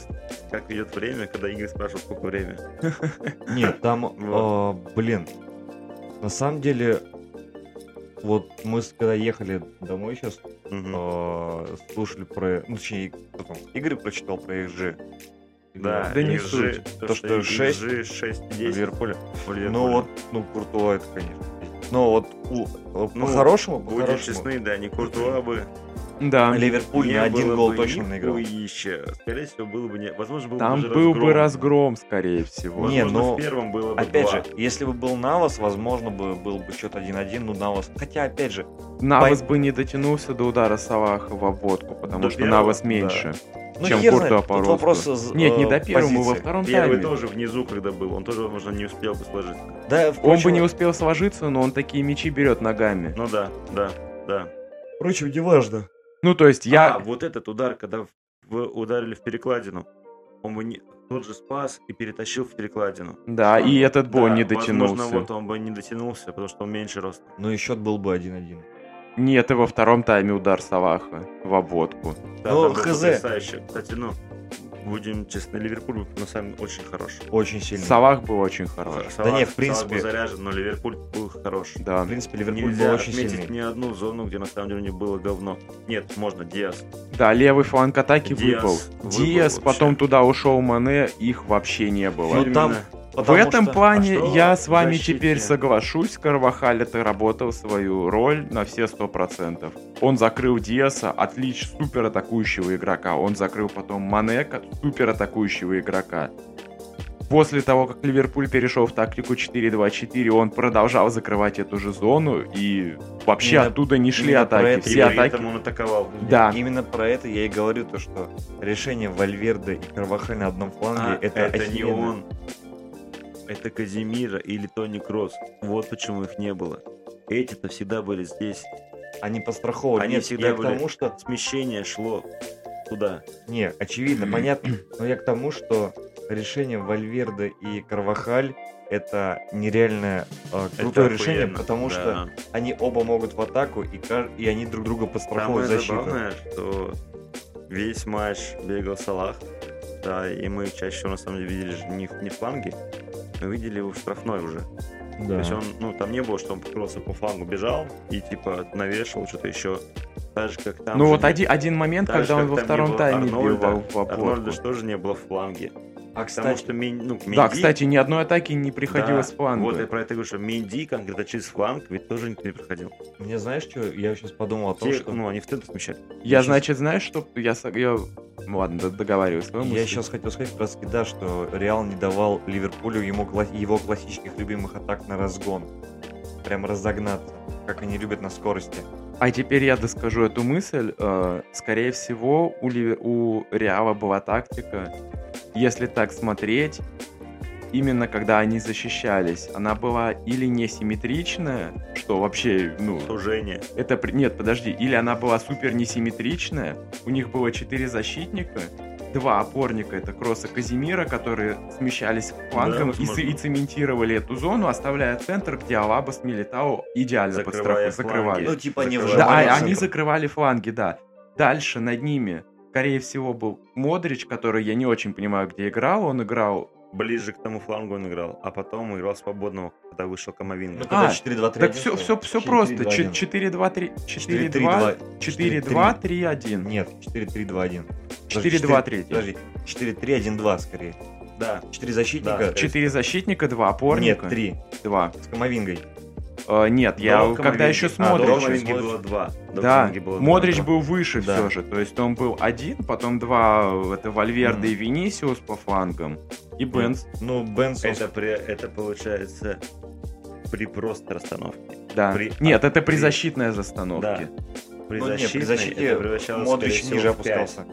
Speaker 3: как идет время, когда Игорь спрашивал, сколько время.
Speaker 2: Нет, там, э, блин, на самом деле, вот мы с- когда ехали домой сейчас,
Speaker 3: Мгм.
Speaker 2: э, слушали про... Ну, точнее, кто там? Игорь прочитал про XG.
Speaker 3: Да,
Speaker 1: Да не
Speaker 3: XG,
Speaker 1: суть.
Speaker 2: То, что шесть-
Speaker 3: 6
Speaker 2: Ливерпуля. Ну вот, ну, Куртуа это, конечно. Ну вот, у-
Speaker 3: Ну,
Speaker 2: по-хорошему,
Speaker 3: Будем
Speaker 2: по-хорошему,
Speaker 3: честны, да, не Куртуа бы.
Speaker 1: Да,
Speaker 2: Ливерпуль
Speaker 3: не
Speaker 2: на один
Speaker 3: было
Speaker 2: гол
Speaker 3: бы
Speaker 2: точно наиграл.
Speaker 3: нихуища. Скорее всего, было бы не... Возможно, был
Speaker 1: там
Speaker 3: бы даже
Speaker 1: был бы
Speaker 3: разгром.
Speaker 1: разгром, скорее всего.
Speaker 2: Не,
Speaker 3: Возможно,
Speaker 2: но-
Speaker 3: в первом было бы
Speaker 2: Опять
Speaker 3: два.
Speaker 2: же, если бы был Навас, возможно, бы был бы счет 1-1, ну Навас. Хотя, опять же,
Speaker 1: Навас бы не дотянулся до удара Салаха в обводку, потому
Speaker 3: До
Speaker 1: что
Speaker 3: первого,
Speaker 1: Навас
Speaker 3: да.
Speaker 1: меньше.
Speaker 2: ну
Speaker 1: Чем
Speaker 2: хер
Speaker 1: Куртуа
Speaker 2: знает, тут
Speaker 1: по-русски.
Speaker 2: вопрос из,
Speaker 1: Нет, не
Speaker 2: э,
Speaker 1: до первого, во
Speaker 2: позиции.
Speaker 1: втором
Speaker 3: Первый
Speaker 1: тайме.
Speaker 3: тоже внизу, когда был. Он тоже, возможно, не успел бы сложить.
Speaker 1: Он
Speaker 2: Да,
Speaker 1: бы
Speaker 2: впрочем,
Speaker 1: не успел сложиться, но он такие мячи берет ногами.
Speaker 3: Ну да, да, да.
Speaker 2: впрочем, не важно.
Speaker 1: Ну, то есть я...
Speaker 3: А, вот этот удар, когда в- в- ударили в перекладину. Он бы не... Тот же спас и перетащил в перекладину.
Speaker 1: Да, и этот бы он
Speaker 3: Да,
Speaker 1: не
Speaker 3: Возможно,
Speaker 1: дотянулся.
Speaker 3: вот он бы не дотянулся, потому что он меньше рост.
Speaker 2: Ну и счет был бы 1-1.
Speaker 1: Нет, и во втором тайме удар Салаха в обводку.
Speaker 3: Да,
Speaker 2: Ну,
Speaker 3: там был
Speaker 2: хз.
Speaker 3: потрясающе. Кстати, ну, будем честны, Ливерпуль был, на самом деле очень хорош.
Speaker 2: Очень сильно.
Speaker 1: Салах был очень хорош.
Speaker 3: Салах-
Speaker 2: не, в
Speaker 3: Салах
Speaker 2: принципе.
Speaker 3: был заряжен, но Ливерпуль был хорош.
Speaker 1: Да.
Speaker 2: В принципе, Ливерпуль
Speaker 3: Нельзя
Speaker 2: был очень
Speaker 3: отметить
Speaker 2: сильный.
Speaker 3: ни одну зону, где на самом деле не было говно. Нет, можно, Диас.
Speaker 1: Да, левый фланг атаки выпал.
Speaker 3: Диас выпал
Speaker 1: Диас,
Speaker 3: вообще.
Speaker 1: потом туда ушел Мане, их вообще не было.
Speaker 2: Ну, там,
Speaker 1: В
Speaker 2: потому
Speaker 1: этом
Speaker 2: что-
Speaker 1: плане
Speaker 3: а что
Speaker 1: я
Speaker 3: в
Speaker 1: с вами
Speaker 3: защите?
Speaker 1: теперь соглашусь. Карвахаль отработал свою роль на все сто процентов. Он закрыл Диаса, отлич супер атакующего игрока. Он закрыл потом Манека, супер атакующего игрока. После того, как Ливерпуль перешел в тактику 4-2-4, он продолжал закрывать эту же зону, и вообще
Speaker 2: Именно-
Speaker 1: оттуда не шли
Speaker 2: именно про
Speaker 1: атаки.
Speaker 2: это
Speaker 3: И
Speaker 1: Все
Speaker 3: при этом
Speaker 1: атаки...
Speaker 3: он атаковал.
Speaker 1: Да,
Speaker 2: Именно про это я и говорю, то что решение Вальверда и Карвахаль на одном фланге
Speaker 3: А,
Speaker 2: это,
Speaker 3: не
Speaker 2: охеренно.
Speaker 3: он. Это Казимира или Тони Кросс. Вот почему их не было. Эти-то всегда были здесь.
Speaker 2: Они постраховывали.
Speaker 3: Они
Speaker 2: Нет,
Speaker 3: всегда
Speaker 2: я к
Speaker 3: были-
Speaker 2: тому, что...
Speaker 3: Смещение шло туда.
Speaker 2: Не, очевидно, понятно. Но я к тому, что решение Вальверда и Карвахаль это нереальное э, крутое
Speaker 3: Это
Speaker 2: решение,
Speaker 3: охуенно.
Speaker 2: потому
Speaker 3: Да.
Speaker 2: что они оба могут в атаку, и, каж- и они друг друга
Speaker 3: Самое
Speaker 2: подстраховывают защиту.
Speaker 3: забавное, что весь матч бегал Салах, да, и мы чаще всего, на самом деле видели же не, в- не в фланге, мы видели его в штрафной уже. То есть он, ну, там не было, что он просто по флангу бежал и типа навешивал что-то еще. Так же, как там.
Speaker 1: ну
Speaker 3: же
Speaker 1: вот
Speaker 3: не-
Speaker 1: один, один момент,
Speaker 3: так же,
Speaker 1: когда он
Speaker 3: как
Speaker 1: во
Speaker 3: там не
Speaker 1: втором
Speaker 3: было
Speaker 1: тайме
Speaker 3: Арнольда.
Speaker 1: бил в- в обводку.
Speaker 3: Арнольда же тоже не было в фланге.
Speaker 2: А
Speaker 3: Потому
Speaker 2: кстати,
Speaker 3: что Мен- ну, Менди...
Speaker 1: Да, кстати, ни одной атаки не приходилось
Speaker 3: Да,
Speaker 1: с фланга.
Speaker 3: Вот я про это говорю, что Менди конкретно через фланг ведь тоже никто не проходил.
Speaker 2: мне знаешь, что я сейчас подумал о том,
Speaker 3: Те-
Speaker 2: что
Speaker 3: Ну, они в центр смещали.
Speaker 1: Я,
Speaker 2: щас-
Speaker 1: значит, знаешь, что я... со- я... Ну ладно, д- договариваюсь. свою мысль.
Speaker 2: Я сейчас хотел сказать как раз таки, да, что Реал не давал Ливерпулю ему кла- его классических любимых атак на разгон. Прям разогнаться, как они любят на скорости.
Speaker 1: А теперь я доскажу эту мысль. Э, Скорее всего, у, Ливер- у Реала была тактика, если так смотреть, именно когда они защищались, она была или несимметричная, что вообще, ну,
Speaker 3: Сужение.
Speaker 1: это... при- Нет, подожди, или она была супер несимметричная, у них было четыре защитника, два опорника, это Кросса и Казимира, которые смещались к флангам
Speaker 3: Да,
Speaker 1: и, ц- и
Speaker 3: возможно.
Speaker 1: цементировали эту зону, оставляя центр, где Алаба с Милитао идеально под
Speaker 3: Закрывая
Speaker 1: страху закрывали.
Speaker 2: Ну, типа, они вжимали
Speaker 3: Закрывали.
Speaker 1: Да, а-
Speaker 2: Нормально
Speaker 1: они
Speaker 2: всё.
Speaker 1: закрывали фланги, да. Дальше над ними, скорее всего, был Модрич, который я не очень понимаю, где играл. Он играл...
Speaker 3: ближе к тому флангу он играл, а потом играл свободного, когда вышел Камовинга.
Speaker 2: Ну, когда
Speaker 1: А,
Speaker 2: 4-2-3.
Speaker 1: Так все, все, все просто. 4-2-3... 4-2... 4-2-3-1.
Speaker 2: Нет, 4-3-2-1. Подожди,
Speaker 1: 4-2-3.
Speaker 2: Подожди, 4-3-1-2 скорее.
Speaker 3: Да.
Speaker 2: 4 защитника.
Speaker 3: Да,
Speaker 1: 4 защитника, 2 опорника.
Speaker 2: Нет, 3.
Speaker 1: 2.
Speaker 2: С Камовингой.
Speaker 1: нет, я
Speaker 3: До
Speaker 1: когда
Speaker 3: Камовинги.
Speaker 1: еще с
Speaker 3: А, до
Speaker 2: Модричем.
Speaker 1: Модричем.
Speaker 3: Камовинги было два. До
Speaker 1: Да,
Speaker 3: Камовинги было два,
Speaker 1: Модрич
Speaker 3: да.
Speaker 1: был выше
Speaker 2: Да.
Speaker 1: все же. То есть он был один, потом два, э, это Вальверде и Венисиус по флангам, и Бенс.
Speaker 2: Ну, Бенсон.
Speaker 3: Это, при, это получается при просто расстановке.
Speaker 1: Да.
Speaker 3: При-
Speaker 1: Нет, это при
Speaker 3: при-
Speaker 1: защитной застановке.
Speaker 3: При
Speaker 2: Ну, не,
Speaker 3: защитной
Speaker 2: при защите
Speaker 3: это превращалось, скорее
Speaker 2: Модрич
Speaker 3: всего,
Speaker 2: ниже
Speaker 3: в пять.
Speaker 2: опускался.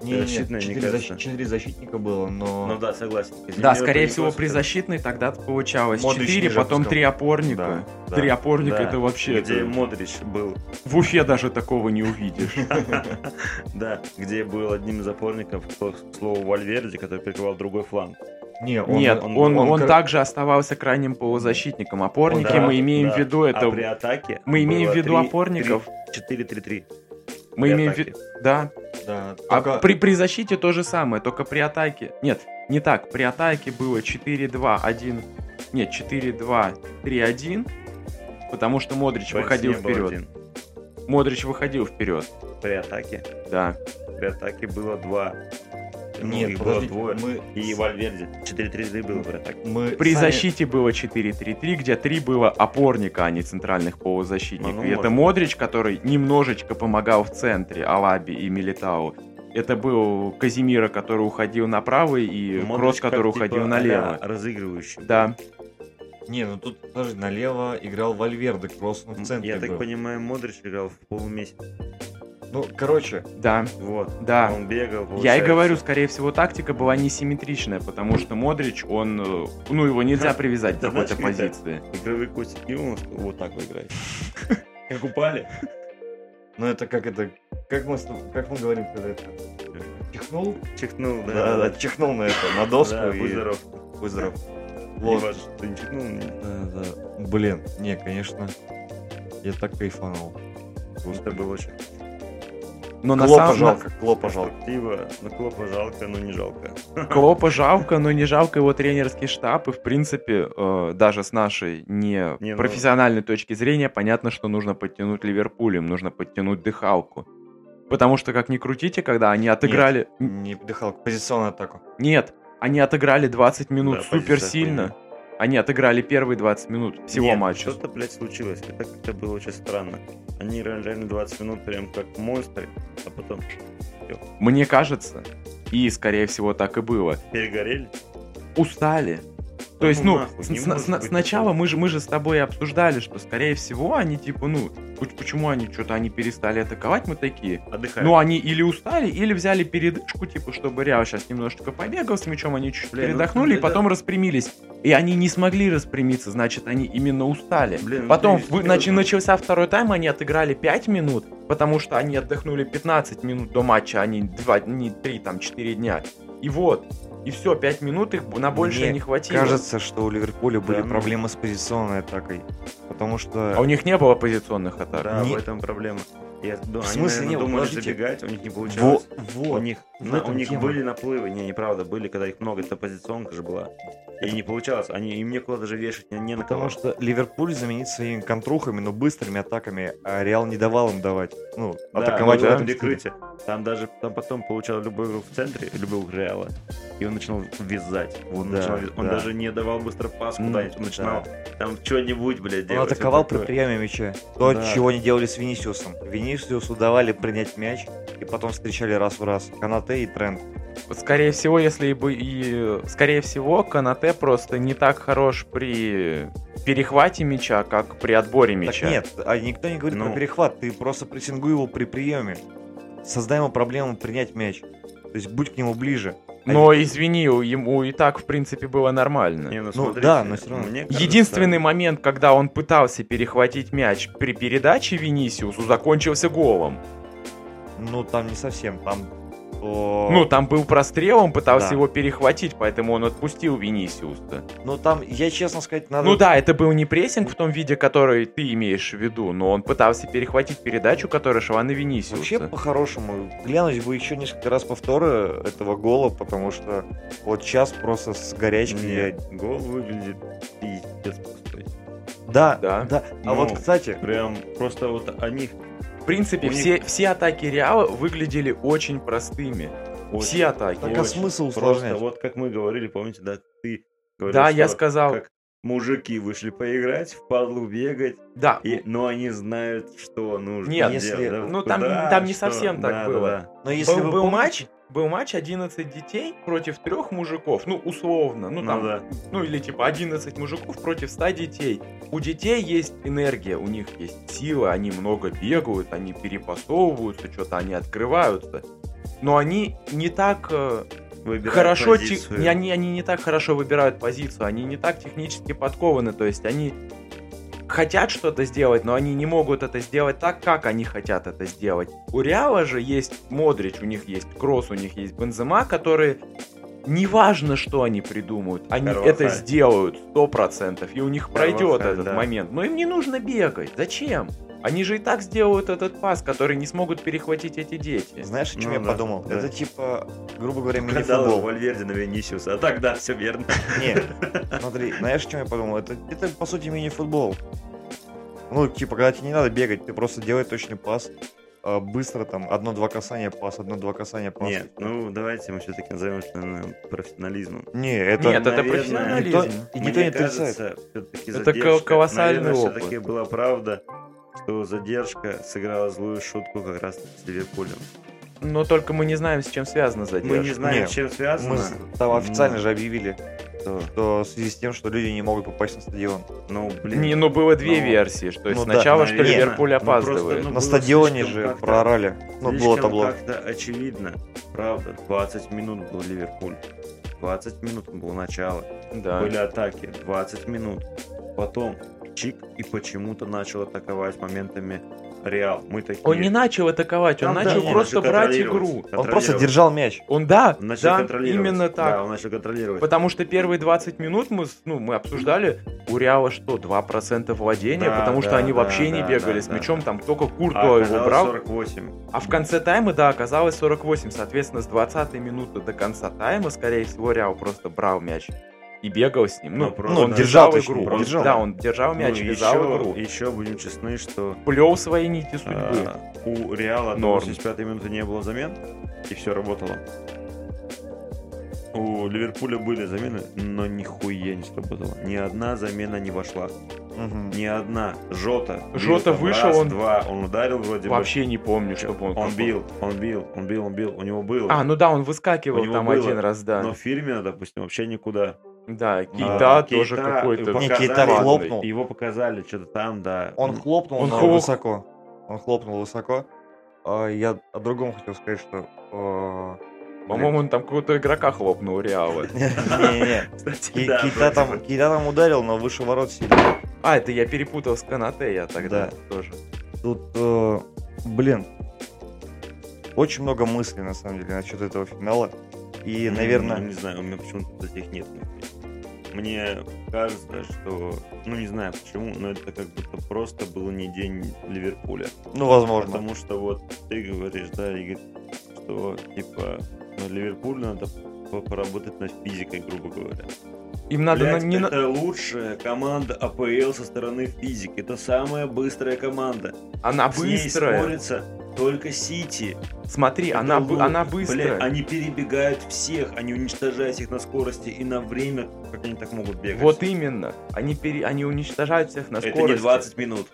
Speaker 2: Не, не,
Speaker 3: Защитная, мне
Speaker 2: четыре,
Speaker 3: кажется.
Speaker 2: защи- четыре защитника было, но...
Speaker 3: Ну да, согласен. Казимир
Speaker 1: Да, скорее
Speaker 3: Бельков,
Speaker 1: всего, при
Speaker 3: это-
Speaker 1: защитной тогда получалось
Speaker 2: Модрич
Speaker 1: 4,
Speaker 2: ниже
Speaker 1: потом
Speaker 2: опускал.
Speaker 1: 3 опорника.
Speaker 2: да.
Speaker 1: Три опорника
Speaker 3: Да.
Speaker 1: это вообще...
Speaker 3: Где
Speaker 1: это-
Speaker 3: Модрич был,
Speaker 1: В Уфе даже такого не увидишь.
Speaker 3: да, где был одним из опорников, к слову, Вальверди, который прикрывал другой фланг.
Speaker 2: Не, он,
Speaker 1: Нет, он,
Speaker 3: он-
Speaker 1: он,
Speaker 2: он кра-
Speaker 1: также оставался крайним полузащитником. Опорники
Speaker 3: Да,
Speaker 1: мы имеем
Speaker 3: да.
Speaker 1: в виду это...
Speaker 3: а при атаке
Speaker 1: Мы имеем в
Speaker 3: было
Speaker 1: виду
Speaker 3: три-
Speaker 1: опорников.
Speaker 3: три- 4-3-3.
Speaker 1: мы
Speaker 3: при
Speaker 1: имеем в
Speaker 3: атаке.
Speaker 1: виду... Да.
Speaker 2: да,
Speaker 1: А
Speaker 2: только-
Speaker 1: при, при защите то же самое, только при атаке... Нет, не так. При атаке было 4-2-1... Нет, 4-2-3-1... Потому что Модрич
Speaker 3: Бенс
Speaker 1: выходил
Speaker 3: не был
Speaker 1: вперед.
Speaker 3: один.
Speaker 1: Модрич выходил вперед.
Speaker 3: При атаке,
Speaker 1: Да.
Speaker 3: при атаке было два. Ну,
Speaker 2: Нет,
Speaker 3: их было
Speaker 2: подождите,
Speaker 3: двое.
Speaker 2: мы...
Speaker 3: И Вальверди. 4-3-3 было при атаке.
Speaker 2: мы
Speaker 1: При
Speaker 2: сами-
Speaker 1: защите было 4-3-3, где 3 было опорника, а не центральных полузащитников.
Speaker 3: Ну,
Speaker 1: и это
Speaker 3: может.
Speaker 1: Модрич, который немножечко помогал в центре Алаби и Милитау. Это был Казимира, который уходил направо, и
Speaker 3: Модрич
Speaker 1: Кросс,
Speaker 3: как,
Speaker 1: который
Speaker 3: типа,
Speaker 1: уходил
Speaker 3: а-ля
Speaker 1: налево.
Speaker 3: Разыгрывающий.
Speaker 1: Да,
Speaker 2: Не, ну тут даже налево играл Вальверде, просто он в центре
Speaker 3: Я так
Speaker 2: был.
Speaker 3: понимаю, Модрич играл в полумесяц.
Speaker 2: Ну, короче,
Speaker 1: да,
Speaker 3: Вот.
Speaker 1: да.
Speaker 3: Он бегал,
Speaker 1: Я и
Speaker 3: Ну, получается.
Speaker 1: говорю, скорее всего, тактика была несимметричная, потому что Модрич, он, э, ну, его нельзя привязать к
Speaker 3: Да,
Speaker 1: какой-то
Speaker 3: знаешь, как это?
Speaker 1: позиции.
Speaker 3: Игровой котик и он вот так вот играет. Как упали.
Speaker 2: ну это как это... Как мы, с тоб- как мы говорим, когда это... э, Чихнул?
Speaker 3: Чихнул, да.
Speaker 2: Да-да, чихнул на это, на доску
Speaker 3: Да,
Speaker 2: и...
Speaker 3: будь здоров.
Speaker 2: будь здоров.
Speaker 3: Вот.
Speaker 2: Вот.
Speaker 3: что не чихнул. не-
Speaker 2: Да-да. Блин, не, конечно, я так кайфанул.
Speaker 3: Это было очень
Speaker 1: Но Ну, на
Speaker 2: Клопа
Speaker 1: самом
Speaker 2: жалко, Клопа жалко.
Speaker 3: пожалко. Ну, Клопа жалко, но не жалко.
Speaker 1: Клопа жалко, но не жалко его тренерский штаб. И, в принципе, э, даже с нашей не,
Speaker 3: Не, ну-
Speaker 1: профессиональной точки зрения, понятно, что нужно подтянуть Ливерпуль, им нужно подтянуть дыхалку. Потому что, как ни крутите, когда они отыграли... Н-
Speaker 2: Не дыхал, позиционную атаку.
Speaker 1: Нет, они отыграли 20 минут
Speaker 3: Да,
Speaker 1: супер
Speaker 3: позиция,
Speaker 1: сильно. Они отыграли первые 20 минут всего
Speaker 3: Нет,
Speaker 1: матча.
Speaker 3: Что-то, блядь, случилось. Это как-то было очень странно. Они играли реально 20 минут прям как монстры, а потом
Speaker 1: Мне кажется, и, скорее всего, так и было,
Speaker 3: перегорели.
Speaker 1: устали. То
Speaker 3: Да
Speaker 1: есть,
Speaker 3: ну
Speaker 1: ну,
Speaker 3: нахуй,
Speaker 1: с-
Speaker 3: не
Speaker 1: с-
Speaker 3: может
Speaker 1: сна-
Speaker 3: быть
Speaker 1: сначала
Speaker 3: такого.
Speaker 1: мы же, мы же с тобой обсуждали, что, скорее всего, они типа, ну, пусть- почему они что-то, они перестали атаковать, мы такие.
Speaker 3: Отдыхали.
Speaker 1: Ну, они или устали, или взяли передышку, типа, чтобы Ряо сейчас немножечко побегал с мячом, они чуть-чуть
Speaker 3: Блин, ну,
Speaker 1: передохнули, и
Speaker 3: это-
Speaker 1: потом распрямились. И они не смогли распрямиться, значит, они именно
Speaker 2: а,
Speaker 1: устали.
Speaker 3: Блин, ну
Speaker 1: Потом
Speaker 3: ты
Speaker 1: вы-
Speaker 3: серьёзно?
Speaker 1: начи- начался второй тайм, они отыграли 5 минут, потому что они отдохнули 15 минут до матча, они 2, не 3, там 4 дня. И вот, и все, 5 минут их на больше
Speaker 2: Мне
Speaker 1: не хватило.
Speaker 2: Кажется, что у Ливерпуля были
Speaker 3: Да ну.
Speaker 2: проблемы с позиционной атакой. Потому
Speaker 1: А у
Speaker 2: что...
Speaker 1: них не было позиционных атак.
Speaker 3: Да,
Speaker 2: не-
Speaker 3: в этом проблема. Я, думаю,
Speaker 2: В
Speaker 3: они,
Speaker 2: смысле,
Speaker 3: наверное,
Speaker 2: не,
Speaker 3: думали
Speaker 2: подождите.
Speaker 3: забегать, у них не
Speaker 2: Во-
Speaker 3: получалось. У
Speaker 2: вот.
Speaker 3: них,
Speaker 2: в
Speaker 3: на- у
Speaker 2: этом
Speaker 3: них
Speaker 2: тема.
Speaker 3: были наплывы, не, неправда, были, когда их много, это позиционка же была. И не получалось, они, им некуда даже вешать, не, не на кого.
Speaker 2: Потому что Ливерпуль заменит своими контрухами, но быстрыми атаками, а Реал не давал им давать. Ну,
Speaker 3: Да,
Speaker 2: атаковать
Speaker 3: ну,
Speaker 2: в
Speaker 3: там
Speaker 2: этом стиле.
Speaker 3: прикрытие. Там даже там потом получал любой игрок в центре, любой игрок Реала, и он начинал вязать. Он,
Speaker 2: Да,
Speaker 3: начинал вяз- он
Speaker 2: да.
Speaker 3: даже не давал быстро пас
Speaker 2: Ну,
Speaker 3: куда-нибудь, он начинал там что-нибудь, блядь,
Speaker 2: Он
Speaker 3: делать. вот
Speaker 2: атаковал при
Speaker 3: такое.
Speaker 2: приеме мяча. То,
Speaker 3: Да.
Speaker 2: чего не делали с Винисиусом. Винисиусу давали принять мяч, и потом встречали раз в раз. Канате и Тренд.
Speaker 1: Скорее всего, если бы и... Скорее всего, Канате просто не так хорош при перехвате мяча, как при отборе мяча.
Speaker 2: Так нет, а никто не говорит
Speaker 3: Ну.
Speaker 2: про перехват. Ты просто прессингуй его при приеме. Создай ему проблему принять мяч. То есть будь к нему ближе.
Speaker 1: Но, извини, у- ему и так, в принципе, было нормально.
Speaker 3: Не, ну,
Speaker 2: да, но всё равно.
Speaker 3: мне кажется,
Speaker 1: Единственный момент, когда он пытался перехватить мяч при передаче Винисиусу, закончился голом.
Speaker 2: Ну, там не совсем. Там... о,
Speaker 1: Ну, там был прострел, он пытался
Speaker 2: Да.
Speaker 1: его перехватить, поэтому он отпустил Винисиуса.
Speaker 2: Ну, там, я честно сказать, надо...
Speaker 1: Ну да, это был не прессинг в том виде, который ты имеешь в виду, но он пытался перехватить передачу, которая шла на Винисиуса.
Speaker 2: Вообще, по-хорошему, глянуть бы еще несколько раз повторы этого гола, потому что вот сейчас просто с горячки...
Speaker 3: Нет, гол выглядит пиздец пустой.
Speaker 2: я- Да,
Speaker 1: Да.
Speaker 2: да,
Speaker 3: Ну.
Speaker 2: А вот, кстати,
Speaker 3: Прям просто вот они
Speaker 1: в принципе,
Speaker 3: у них-
Speaker 1: все, все атаки Реала выглядели очень простыми.
Speaker 3: очень
Speaker 1: Все атаки.
Speaker 2: так а
Speaker 3: Очень
Speaker 2: смысл
Speaker 3: просто,
Speaker 2: усложнять?
Speaker 3: вот как мы говорили, помните, да, ты говорил,
Speaker 1: Да, я
Speaker 3: что
Speaker 1: сказал.
Speaker 3: как мужики вышли поиграть, в падлу бегать,
Speaker 1: Да,
Speaker 3: И- но они знают, что нужно
Speaker 1: Нет,
Speaker 3: делать,
Speaker 2: если-
Speaker 3: да,
Speaker 1: ну,
Speaker 3: куда,
Speaker 1: там- там не
Speaker 3: что.
Speaker 1: совсем так
Speaker 3: Да,
Speaker 1: было.
Speaker 3: да,
Speaker 2: Но если
Speaker 1: был,
Speaker 2: вы
Speaker 1: был
Speaker 2: помните-
Speaker 1: матч, был матч 11 детей против трех мужиков, ну, условно, ну,
Speaker 3: Ну
Speaker 1: там,
Speaker 3: да.
Speaker 1: ну, или типа 11 мужиков против 100 детей. У детей есть энергия, у них есть сила, они много бегают, они перепасовываются, что-то они открываются. Но они не так э,
Speaker 3: Выбирай
Speaker 1: хорошо, те-
Speaker 3: позицию.
Speaker 1: не, они, они не так хорошо выбирают позицию, они не так технически подкованы, то есть они хотят что-то сделать, но они не могут это сделать так, как они хотят это сделать. У Реала же есть Модрич, у них есть Кросс, у них есть Бензема, которые неважно, что они придумают, они
Speaker 3: Карвахаль.
Speaker 1: это сделают 100%, и у них пройдет
Speaker 3: Карвахаль,
Speaker 1: этот
Speaker 3: да.
Speaker 1: момент. Но им не нужно бегать, зачем? Они же и так сделают этот пас, который не смогут перехватить эти дети.
Speaker 2: Знаешь, о чем
Speaker 3: Ну
Speaker 2: я
Speaker 3: да,
Speaker 2: подумал?
Speaker 3: да.
Speaker 2: Это типа, грубо говоря,
Speaker 3: Каталог
Speaker 2: мини-футбол.
Speaker 3: Вальверде на Винисиуса. А так, да, все верно.
Speaker 2: Нет, смотри, знаешь, о чем я подумал? Это, это по сути мини-футбол. Ну, типа, когда тебе не надо бегать, ты просто делай точный пас, а, быстро там, одно-два касания пас, одно-два касания пас.
Speaker 3: Нет, ну давайте мы все-таки назовем это наверное, профессионализмом.
Speaker 2: Не, это...
Speaker 1: Нет, это
Speaker 3: наверное,
Speaker 1: профессионализм.
Speaker 2: никто- И никто
Speaker 3: Мне
Speaker 2: не отрицает.
Speaker 3: кажется, всё-таки
Speaker 1: Это
Speaker 3: задержка,
Speaker 1: кол- колоссальный
Speaker 3: наверное,
Speaker 1: опыт.
Speaker 3: все-таки была правда, что задержка сыграла злую шутку как раз с Ливерпулем.
Speaker 1: Но только мы не знаем, с чем связана задержка.
Speaker 3: Мы не знаем,
Speaker 2: Нет,
Speaker 3: с чем связано.
Speaker 2: Мы с- там официально
Speaker 3: Ну.
Speaker 2: же объявили,
Speaker 3: что-
Speaker 2: что в связи с тем, что люди не могут попасть на стадион.
Speaker 3: Ну, блин.
Speaker 1: Не, ну было две
Speaker 3: Ну,
Speaker 1: версии, что
Speaker 2: ну да,
Speaker 1: сначала, что
Speaker 2: наверное.
Speaker 1: Ливерпуль
Speaker 3: Ну, просто,
Speaker 1: опаздывает.
Speaker 3: ну,
Speaker 2: на
Speaker 3: было
Speaker 2: стадионе
Speaker 3: слишком
Speaker 2: же
Speaker 3: как-то-
Speaker 2: проорали. Ну,
Speaker 3: Слишком
Speaker 2: было табло.
Speaker 3: как-то очевидно. Правда, 20 минут был Ливерпуль. 20 минут было начало.
Speaker 1: да.
Speaker 3: Были атаки 20 минут. Потом чик и почему-то начал атаковать моментами Реал. Мы такие...
Speaker 1: Он не начал атаковать, он
Speaker 3: Там, да,
Speaker 1: начал
Speaker 3: он
Speaker 1: просто
Speaker 3: начал
Speaker 1: брать
Speaker 3: контролировать,
Speaker 1: игру.
Speaker 2: Он просто
Speaker 3: контролировать.
Speaker 2: держал мяч.
Speaker 1: Он да,
Speaker 3: Он начал
Speaker 1: да,
Speaker 3: контролировать.
Speaker 1: именно
Speaker 3: Да,
Speaker 1: так.
Speaker 3: он начал контролировать.
Speaker 1: Потому что первые 20 минут мы, с- ну, мы обсуждали, у Реала что, 2% владения,
Speaker 3: Да,
Speaker 1: потому что
Speaker 3: да,
Speaker 1: они
Speaker 3: да,
Speaker 1: вообще не
Speaker 3: да,
Speaker 1: бегали
Speaker 3: да,
Speaker 1: с
Speaker 3: да.
Speaker 1: мячом, там только
Speaker 3: А
Speaker 1: Куртуа его
Speaker 3: оказалось
Speaker 1: брал.
Speaker 3: 48.
Speaker 1: А в конце тайма, да, оказалось 48. Соответственно, с 20 минуты до конца тайма, скорее всего, Реал просто брал мяч и бегал с ним.
Speaker 3: Ну,
Speaker 1: Ну,
Speaker 3: просто,
Speaker 1: он
Speaker 3: да,
Speaker 1: держал
Speaker 2: точнее,
Speaker 1: игру.
Speaker 3: просто.
Speaker 1: Да, он держал мяч,
Speaker 3: Ну,
Speaker 1: вязал игру.
Speaker 3: еще, еще будем честны, что
Speaker 1: Плел свои нити судьбы.
Speaker 3: а, у Реала до
Speaker 1: Норм.
Speaker 3: 85 минуты не было замен, и все работало. У Ливерпуля были замены, но нихуя не сработало. Ни одна замена не вошла.
Speaker 2: Мгм.
Speaker 3: Ни одна. Жота. бил
Speaker 1: Жота
Speaker 3: там
Speaker 1: вышел,
Speaker 3: раз,
Speaker 1: он-
Speaker 3: Два. Он ударил вроде
Speaker 1: Вообще не помню,
Speaker 3: бы.
Speaker 1: чтобы он...
Speaker 3: Он
Speaker 1: какой-
Speaker 3: бил, он бил, он бил, он бил. У него было.
Speaker 1: А, ну да, он
Speaker 3: У
Speaker 1: выскакивал
Speaker 3: него
Speaker 1: там
Speaker 3: было,
Speaker 1: один раз, да.
Speaker 3: Но Фирмина, допустим, вообще никуда.
Speaker 1: Да, Кейта
Speaker 3: А,
Speaker 1: тоже
Speaker 3: Кейта
Speaker 1: какой-то...
Speaker 3: показали.
Speaker 2: Не, Кейта
Speaker 1: Ладно.
Speaker 2: хлопнул.
Speaker 3: Его показали что-то там, да.
Speaker 2: Он хлопнул,
Speaker 1: Он
Speaker 2: но
Speaker 1: хлоп-
Speaker 2: высоко. Он хлопнул высоко. А, Я о другом хотел сказать, что... э,
Speaker 1: По-моему, он там какого-то игрока хлопнул Реала.
Speaker 2: Не-не-не.
Speaker 3: Кстати,
Speaker 2: Ки-
Speaker 3: да,
Speaker 2: Кита
Speaker 3: вроде
Speaker 2: там,
Speaker 3: бы.
Speaker 2: Кита там ударил, но выше ворот сильно.
Speaker 1: А, это я перепутал с Канате, я тогда тоже.
Speaker 2: Тут, э, блин, очень много мыслей, на самом деле, насчет этого финала. И,
Speaker 3: М, ну,
Speaker 2: наверное,
Speaker 3: Не знаю, у меня почему-то таких нет. Мне кажется, что... Ну, не знаю почему, но это как будто просто был не день Ливерпуля.
Speaker 2: ну, возможно.
Speaker 3: Потому что вот ты говоришь, да, Игорь, что типа ну, Ливерпулю надо по- поработать над физикой, грубо говоря.
Speaker 1: Им надо... на-
Speaker 3: Блядь,
Speaker 1: не на-
Speaker 3: это лучшая команда АПЛ со стороны физики. Это самая быстрая команда.
Speaker 1: Она
Speaker 3: С ней
Speaker 1: быстрая.
Speaker 3: спорится только Сити.
Speaker 1: Смотри,
Speaker 3: Это
Speaker 1: она, бы-
Speaker 3: лук.
Speaker 1: она
Speaker 3: Блядь,
Speaker 1: быстрая.
Speaker 3: они перебегают всех, они уничтожают их на скорости и на время, как они так могут бегать.
Speaker 1: Вот именно. Они, пере... они уничтожают всех на
Speaker 3: Это
Speaker 1: скорости.
Speaker 3: не 20 минут.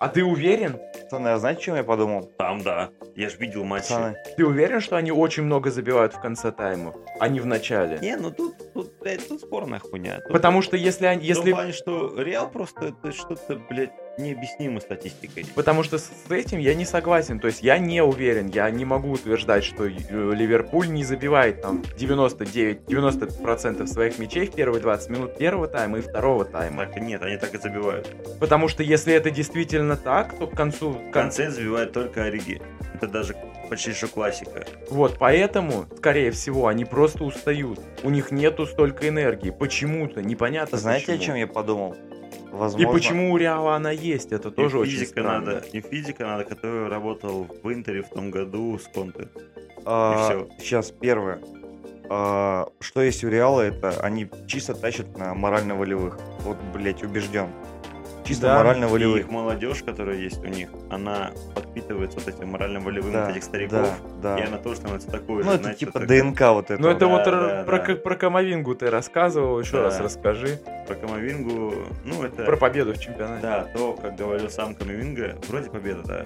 Speaker 1: А ты уверен?
Speaker 2: Пацаны, а знаете, чем я подумал?
Speaker 3: Там, да. Я же видел матчи.
Speaker 2: Пацаны,
Speaker 1: Ты уверен, что они очень много забивают в конце тайма, а не в начале?
Speaker 3: Не, ну тут, тут, блядь, тут спорная хуйня. Тут-
Speaker 1: Потому что если они...
Speaker 3: В том
Speaker 1: Если...
Speaker 3: плане, что Реал просто это что-то, блядь, необъяснимо статистикой.
Speaker 1: Потому что с с этим я не согласен. То есть я не уверен, я не могу утверждать, что э, Ливерпуль не забивает там 99-90% своих мячей в первые 20 минут первого тайма и второго тайма.
Speaker 3: Так, нет, они так и забивают.
Speaker 1: Потому что если это действительно так, то к концу...
Speaker 3: В
Speaker 1: к кон-
Speaker 3: конце забивает только Ориги. Это даже почти что классика.
Speaker 1: Вот, поэтому, скорее всего, они просто устают. У них нету столько энергии. Почему-то, непонятно
Speaker 3: А
Speaker 2: знаете, о
Speaker 1: почему.
Speaker 2: чем я подумал?
Speaker 1: И
Speaker 2: Возможно.
Speaker 1: почему у Реала она есть, это тоже
Speaker 3: и
Speaker 1: очень
Speaker 3: физика
Speaker 1: странно.
Speaker 3: надо, и физика надо, который работал в Интере в том году с Конте. всё.
Speaker 2: Сейчас А, первое. А, что есть у Реала, это они чисто тащат на морально-волевых. Вот, блять, убежден. Чисто
Speaker 1: Да,
Speaker 3: И
Speaker 2: морально-волевых.
Speaker 3: их молодежь, которая есть у них, она подпитывается вот этим морально-волевым
Speaker 2: Да,
Speaker 3: от этих стариков.
Speaker 2: Да, да.
Speaker 3: И она тоже становится такой
Speaker 2: Ну,
Speaker 3: же.
Speaker 2: это
Speaker 3: знаете,
Speaker 2: типа
Speaker 3: так-
Speaker 2: ДНК вот это.
Speaker 1: Ну это
Speaker 3: Да,
Speaker 1: вот
Speaker 3: да,
Speaker 1: р-
Speaker 3: да.
Speaker 1: про, к- про Камовингу ты рассказывал, еще
Speaker 3: Да.
Speaker 1: раз расскажи.
Speaker 3: Про Камовингу, ну это...
Speaker 1: Про победу в чемпионате.
Speaker 3: Да, то, как говорил сам Камовинга, вроде победа, да.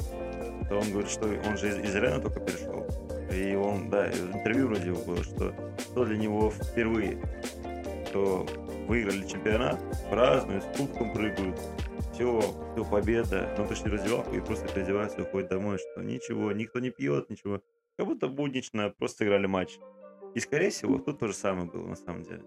Speaker 3: То он говорит, что он же из, из Ирана только перешел. И он, да, в интервью вроде его было, что то для него впервые, что выиграли чемпионат, празднуют, с кубком прыгают, все, все победа. Он точно раздевалку и просто переодевается и уходит домой, что ничего, никто не пьет, ничего. Как будто буднично, просто играли матч. И, скорее всего, тут то же самое было, на самом деле.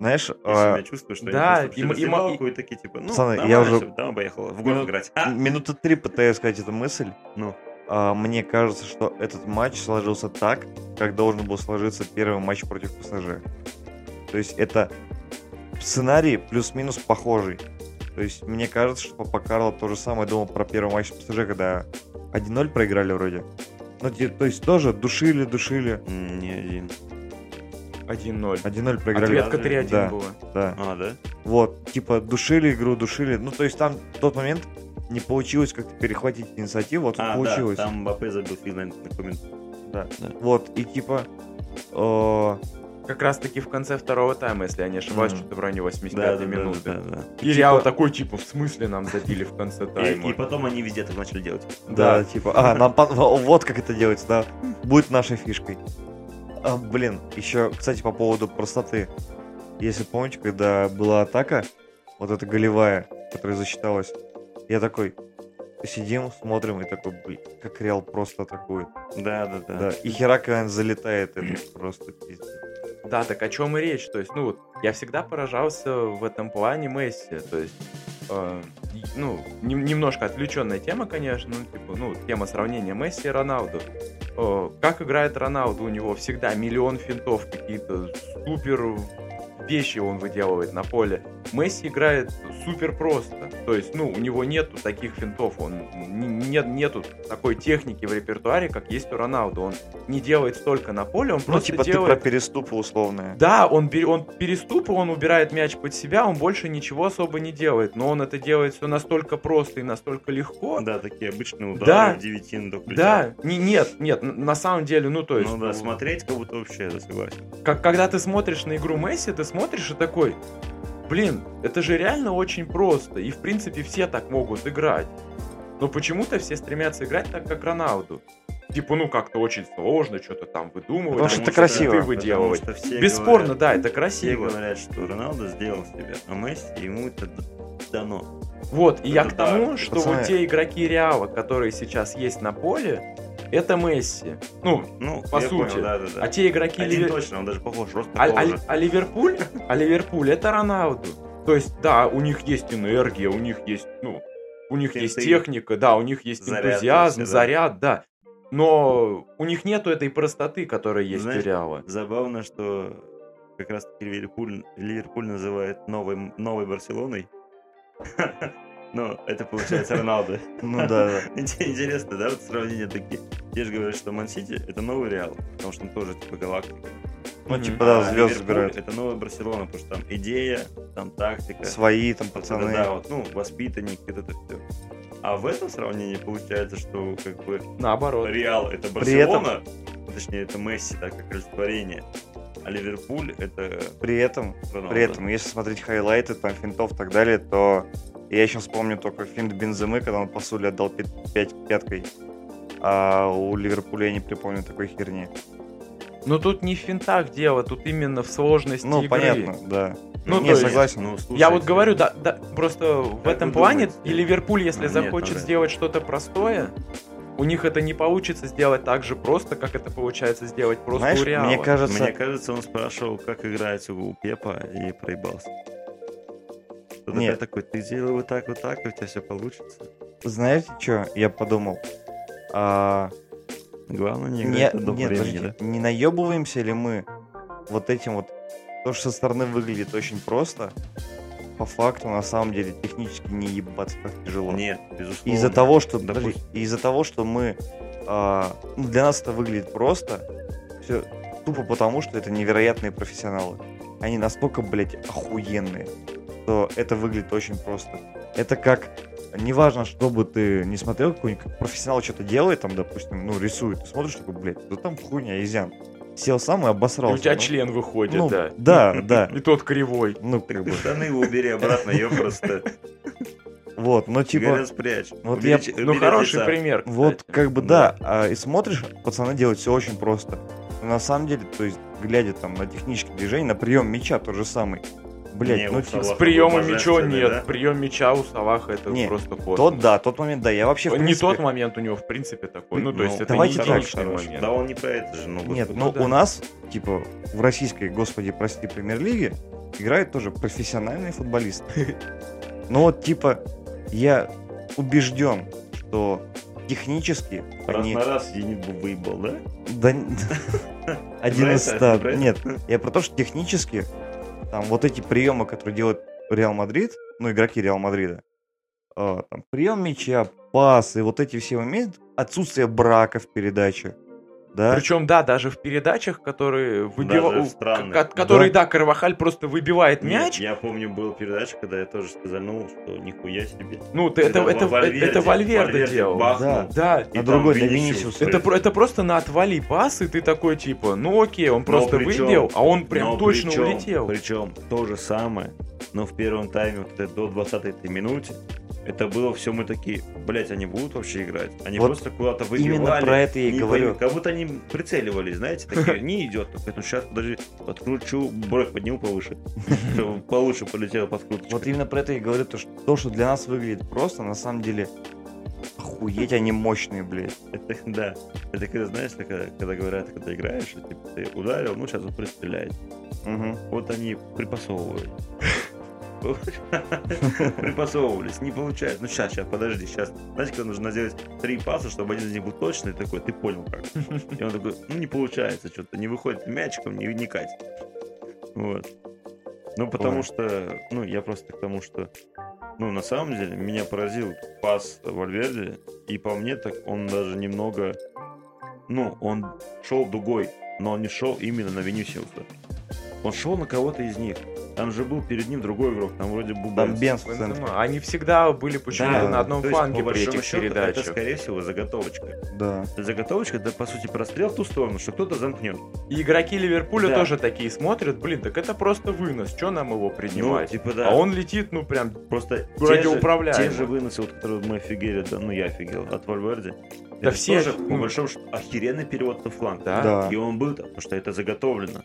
Speaker 2: Знаешь,
Speaker 3: Я
Speaker 2: а,
Speaker 3: себя чувствую, что
Speaker 1: да,
Speaker 3: они
Speaker 1: и
Speaker 3: просто
Speaker 1: м-
Speaker 3: пришли
Speaker 1: и
Speaker 3: в
Speaker 1: м-
Speaker 3: раздевалку и такие, типа, ну,
Speaker 2: Пацаны, я
Speaker 3: нормально
Speaker 2: уже-
Speaker 3: всё, домой поехала, в гольф
Speaker 2: Ну,
Speaker 3: играть. А,
Speaker 2: минуты три пытаюсь сказать эту мысль.
Speaker 3: Ну,
Speaker 2: А, мне кажется, что этот матч сложился так, как должен был сложиться первый матч против ПСЖ. То есть это сценарий плюс-минус похожий. То есть мне кажется, что Папа Карло то же самое думал про первый матч с ПСЖ, когда 1-0 проиграли вроде. Ну, те- то есть тоже душили, душили.
Speaker 3: м, не один.
Speaker 1: 1-0.
Speaker 2: 1-0 проиграли.
Speaker 1: Ответка 3-1
Speaker 2: Да.
Speaker 1: была.
Speaker 2: Да.
Speaker 3: А, да?
Speaker 2: Вот, типа, душили игру, душили. Ну, то есть там в тот момент не получилось как-то перехватить инициативу, а тут
Speaker 3: А,
Speaker 2: получилось.
Speaker 3: да, там Мбаппе забил фиг на на коммент.
Speaker 2: Вот, и типа... э,
Speaker 1: Как раз таки в конце второго тайма, если я не ошибаюсь,
Speaker 2: Мгм.
Speaker 1: что-то в районе 85-й
Speaker 3: Да, да,
Speaker 1: минуты.
Speaker 3: да, да,
Speaker 1: И я вот такой, типа, в смысле нам забили в конце
Speaker 3: да. И,
Speaker 1: тайма?
Speaker 3: и потом они везде так начали делать.
Speaker 2: Да,
Speaker 1: Да.
Speaker 2: типа, а, нам пон- во- вот как это делается, да, будет нашей фишкой. А, блин, еще, кстати, по поводу простоты. Если помните, когда была атака, вот эта голевая, которая засчиталась, я такой, сидим, смотрим, и такой, блин, как Реал просто атакует.
Speaker 3: Да, да,
Speaker 2: Да,
Speaker 3: да.
Speaker 2: и Херакан залетает, это просто пиздец.
Speaker 1: Да, так о чем и речь. То есть, ну вот, я всегда поражался в этом плане Месси. То есть, э, и- ну, нем- немножко отвлеченная тема, конечно, ну, типа, ну, тема сравнения Месси и Роналду. Э, как играет Роналду, у него всегда миллион финтов, какие-то супер вещи он выделывает на поле. Месси играет супер просто. То есть, ну, у него нету таких финтов, он н- нет, нету такой техники в репертуаре, как есть у Роналду. Он не делает столько на поле, он
Speaker 2: Ну,
Speaker 1: просто
Speaker 2: типа, ты
Speaker 1: делает...
Speaker 2: про переступы условные.
Speaker 1: Да, он, пере- он переступ, он убирает мяч под себя, он больше ничего особо не делает. Но он это делает все настолько просто и настолько легко.
Speaker 3: Да, такие обычные
Speaker 1: Да.
Speaker 3: удары, девятин до плеча.
Speaker 1: Да, не, нет, нет, н- на самом деле, ну то есть,
Speaker 3: Ну да,
Speaker 1: ну,
Speaker 3: смотреть как будто вообще, да, согласен.
Speaker 1: как, когда ты смотришь на игру Месси, ты смотришь и такой, блин, это же реально очень просто, и в принципе все так могут играть. Но почему-то все стремятся играть так, как Роналду. Типа, ну как-то очень сложно что-то там выдумывать.
Speaker 2: Потому что
Speaker 1: там что-то
Speaker 2: это красиво.
Speaker 1: ты
Speaker 3: потому
Speaker 1: выделывать.
Speaker 3: что все
Speaker 1: Бесспорно,
Speaker 3: говорят-
Speaker 1: да, это
Speaker 3: Все
Speaker 1: красиво.
Speaker 3: говорят, что Роналдо сделал себя, а Месси ему это д- дано.
Speaker 1: Вот, и я
Speaker 3: Это
Speaker 1: к
Speaker 3: да,
Speaker 1: тому, что
Speaker 2: пацаны.
Speaker 1: вот те игроки Реала, которые сейчас есть на поле, это Месси. Ну,
Speaker 3: Ну,
Speaker 1: По
Speaker 3: я понял,
Speaker 1: сути.
Speaker 3: да, да, да.
Speaker 1: а те игроки
Speaker 3: Один
Speaker 1: Ливер-
Speaker 3: точно, он даже похож, просто
Speaker 1: а, а-
Speaker 3: похож.
Speaker 1: а Ливерпуль, а Ливерпуль это Роналду. То есть, да, у них есть энергия, у них есть, ну, у них есть
Speaker 3: Интрига.
Speaker 1: техника, да, у них есть
Speaker 3: Заряд
Speaker 1: энтузиазм,
Speaker 3: вообще, да.
Speaker 1: заряд, да. Но у них нету этой простоты, которая есть
Speaker 3: Знаешь,
Speaker 1: у Реала.
Speaker 3: Забавно, что как раз таки Ливерпуль, Ливерпуль называют новым, новой Барселоной. Но это получается Роналдо.
Speaker 2: Ну да, да.
Speaker 3: Инте- Интересно, да, вот сравнения такие. Те же говорят, что Мансити это новый Реал, потому что он тоже типа галактика. А
Speaker 2: Ну,
Speaker 1: Мгм.
Speaker 2: типа, да, звезд
Speaker 3: Ливерпуль
Speaker 2: собирают.
Speaker 3: Это новая Барселона, потому что там идея, там тактика.
Speaker 2: Свои там
Speaker 3: Вот это
Speaker 2: пацаны.
Speaker 3: да, вот, ну, воспитанник, вот это все. А в этом сравнении получается, что как бы
Speaker 1: Наоборот.
Speaker 3: Реал это
Speaker 2: При этом-
Speaker 3: Барселона, точнее это Месси, так как олицетворение, а Ливерпуль это
Speaker 2: При этом,
Speaker 3: Роналдо.
Speaker 2: при этом, если смотреть хайлайты, там, финтов и так далее, то я сейчас помню только финт Бенземы, когда он по сути отдал пи- пять пяткой. А у Ливерпуля я не припомню такой херни.
Speaker 1: Но тут не в финтах дело, тут именно в сложности
Speaker 2: Ну,
Speaker 1: игры.
Speaker 2: понятно, да.
Speaker 1: Ну, то
Speaker 2: Не,
Speaker 1: есть-
Speaker 2: согласен.
Speaker 3: Ну, слушай,
Speaker 1: Я вот говорю, да, да, просто в
Speaker 3: Как
Speaker 1: этом
Speaker 3: вы
Speaker 1: плане
Speaker 3: думаете?
Speaker 1: и Ливерпуль, если
Speaker 3: Мне
Speaker 1: захочет
Speaker 3: понравилось.
Speaker 1: сделать что-то простое, у них это не получится сделать так же просто, как это получается сделать просто
Speaker 2: Знаешь,
Speaker 1: у Реала.
Speaker 2: мне кажется,
Speaker 3: Мне кажется, он спрашивал, как играть у Пепа, и проебался. Что-то
Speaker 2: Нет.
Speaker 3: опять такой, ты делай вот так, вот так, и у тебя все получится.
Speaker 2: знаете что, я подумал? А,
Speaker 3: Главное не
Speaker 2: не,
Speaker 3: играть до
Speaker 2: нет,
Speaker 3: времени,
Speaker 2: подождите,
Speaker 3: да?
Speaker 2: не наебываемся ли мы вот этим вот, то, что со стороны выглядит очень просто, по факту на самом деле технически не ебаться так тяжело.
Speaker 3: Нет, безусловно.
Speaker 2: Из-за того, что
Speaker 3: Допустим.
Speaker 2: подожди, из-за того, что мы а, ну, для нас это выглядит просто, все тупо потому, что это невероятные профессионалы. Они настолько, блядь, охуенные, что это выглядит очень просто. Это как неважно, что бы ты не смотрел, какой-нибудь как профессионал что-то делает, там, допустим, ну, рисует, ты смотришь, такой, блядь, да там хуйня, изян. Сел сам и
Speaker 1: И
Speaker 2: обосрался.
Speaker 1: у тебя
Speaker 2: Ну,
Speaker 1: член выходит,
Speaker 2: ну,
Speaker 1: да.
Speaker 2: Да, да.
Speaker 1: И тот кривой.
Speaker 2: Ну,
Speaker 3: Так
Speaker 2: как
Speaker 3: ты
Speaker 2: бы.
Speaker 3: штаны его убери обратно, я просто...
Speaker 2: Вот, но типа,
Speaker 3: Говорят, спрячь.
Speaker 2: вот я-
Speaker 3: Увеличь-
Speaker 1: Ну,
Speaker 3: убери
Speaker 1: хороший
Speaker 3: лица.
Speaker 1: пример.
Speaker 2: вот
Speaker 1: кстати.
Speaker 2: как бы да, а, и смотришь, пацаны делают все очень просто. Но на самом деле, то есть, глядя там на технические движения, на прием мяча тот же самый.
Speaker 3: Не,
Speaker 2: Блять, ну
Speaker 3: у
Speaker 2: типа,
Speaker 3: Салаха
Speaker 1: С приема
Speaker 3: был
Speaker 1: мяча
Speaker 3: божественный,
Speaker 1: нет.
Speaker 3: да?
Speaker 1: Прием мяча у Салаха это
Speaker 2: Не,
Speaker 1: просто космос.
Speaker 2: тот да, тот момент, да, я вообще в
Speaker 1: Не
Speaker 2: принципе-
Speaker 1: тот момент у него, в принципе, такой. Ну, то есть это
Speaker 2: давайте
Speaker 1: не
Speaker 2: так,
Speaker 1: единичный
Speaker 3: хороший.
Speaker 1: момент.
Speaker 3: Да он не про это же. Ну,
Speaker 2: Нет,
Speaker 3: господи.
Speaker 2: ну
Speaker 1: да.
Speaker 2: у нас, типа, в российской, господи, прости, премьер-лиге играют тоже профессиональные футболисты. Ну вот, типа, я убежден, что технически
Speaker 3: раз
Speaker 2: они...
Speaker 3: на раз Зенит бы выебал, да?
Speaker 2: Да н- Один
Speaker 3: Про
Speaker 2: из
Speaker 3: это,
Speaker 2: ста.
Speaker 3: про это?
Speaker 2: Нет, я про то, что технически там вот эти приемы, которые делает Реал Мадрид, ну, игроки Реал Мадрида, а, там, прием мяча, пасы, вот эти все моменты, отсутствие брака в передаче, да?
Speaker 1: Причем, да, даже в передачах, которые выбивают.
Speaker 3: в странных.
Speaker 1: Которые, да, Карвахаль просто выбивает
Speaker 3: Нет,
Speaker 1: мяч.
Speaker 3: Я помню, была передача, когда я тоже сказанул, что нихуя себе.
Speaker 1: Ну, ты- это,
Speaker 3: Когда
Speaker 1: это,
Speaker 3: Вальверде-
Speaker 1: это Вальверде
Speaker 3: Вальверде
Speaker 1: делал.
Speaker 3: бахнул,
Speaker 2: Да.
Speaker 1: Да,
Speaker 3: и
Speaker 2: На
Speaker 3: там
Speaker 2: другой, на
Speaker 3: Винисиус
Speaker 2: Винисиуса.
Speaker 1: это, про- это просто на отвали пас, и ты такой типа, ну окей, он просто
Speaker 3: причем-
Speaker 1: выбил, а он прям
Speaker 3: Но
Speaker 1: точно
Speaker 3: причем-
Speaker 1: улетел.
Speaker 3: Причем то же самое, но в первом тайме, вот это до 20 минуте, это было все мы такие, блять, они будут вообще играть? Они
Speaker 2: Вот
Speaker 3: просто куда-то выбивали.
Speaker 2: Именно про это я и
Speaker 3: не
Speaker 2: говорю.
Speaker 3: пойми, как будто они прицеливались, знаете, такие, не идет. Поэтому сейчас подожди, подкручу, бровь подниму повыше, чтобы получше полетела подкруточка.
Speaker 2: Вот именно про это я и говорю, то, что, то, что для нас выглядит просто, на самом деле, охуеть, они мощные, блядь.
Speaker 3: Это, да, это когда, знаешь, так, когда, когда говорят, когда играешь, и, типа, ты ударил, ну сейчас он пристреляет.
Speaker 2: Мгм.
Speaker 3: Вот они припасовывают. Припасовывались, не получается. Ну сейчас, сейчас, подожди, сейчас. Знаешь, когда нужно сделать три паса, чтобы один из них был точный, и такой, ты понял как. И он такой, ну не получается что-то, не выходит мячиком, не, не катит. Вот. Ну
Speaker 2: Понял.
Speaker 3: потому что, ну я просто к тому, что, ну на самом деле меня поразил пас Вальверде, и по мне так он даже немного, ну он шел дугой, но он не шел именно на Венюсиуса. Он шел на кого-то из них. Там же был перед ним другой игрок, там вроде был
Speaker 2: Там
Speaker 3: Бенц.
Speaker 2: Бенс в центре,
Speaker 1: Бензема. Они всегда были почему-то
Speaker 2: Да,
Speaker 1: на одном
Speaker 3: То есть,
Speaker 1: фланге
Speaker 3: по
Speaker 1: при ну,
Speaker 3: большому
Speaker 1: этих
Speaker 3: счету,
Speaker 1: передачах.
Speaker 3: Это, скорее всего, заготовочка.
Speaker 2: да.
Speaker 3: Заготовочка, это, по сути, прострел в ту сторону, что кто-то замкнет.
Speaker 1: И игроки Ливерпуля
Speaker 3: Да.
Speaker 1: тоже такие смотрят, блин, так это просто вынос, что нам его
Speaker 3: Ну,
Speaker 1: принимать?
Speaker 3: типа, да.
Speaker 1: А он летит, ну прям,
Speaker 3: Просто те же,
Speaker 1: радиоуправляемый.
Speaker 3: те же выносы, вот, которые мы офигели, да, ну я офигел, от Вальверде.
Speaker 1: Да
Speaker 3: это
Speaker 1: все
Speaker 3: тоже,
Speaker 1: же,
Speaker 3: по
Speaker 1: ну.
Speaker 3: большому счету, охеренный перевод на фланг.
Speaker 1: да?
Speaker 2: Да,
Speaker 3: И он был, там, потому что это заготовлено.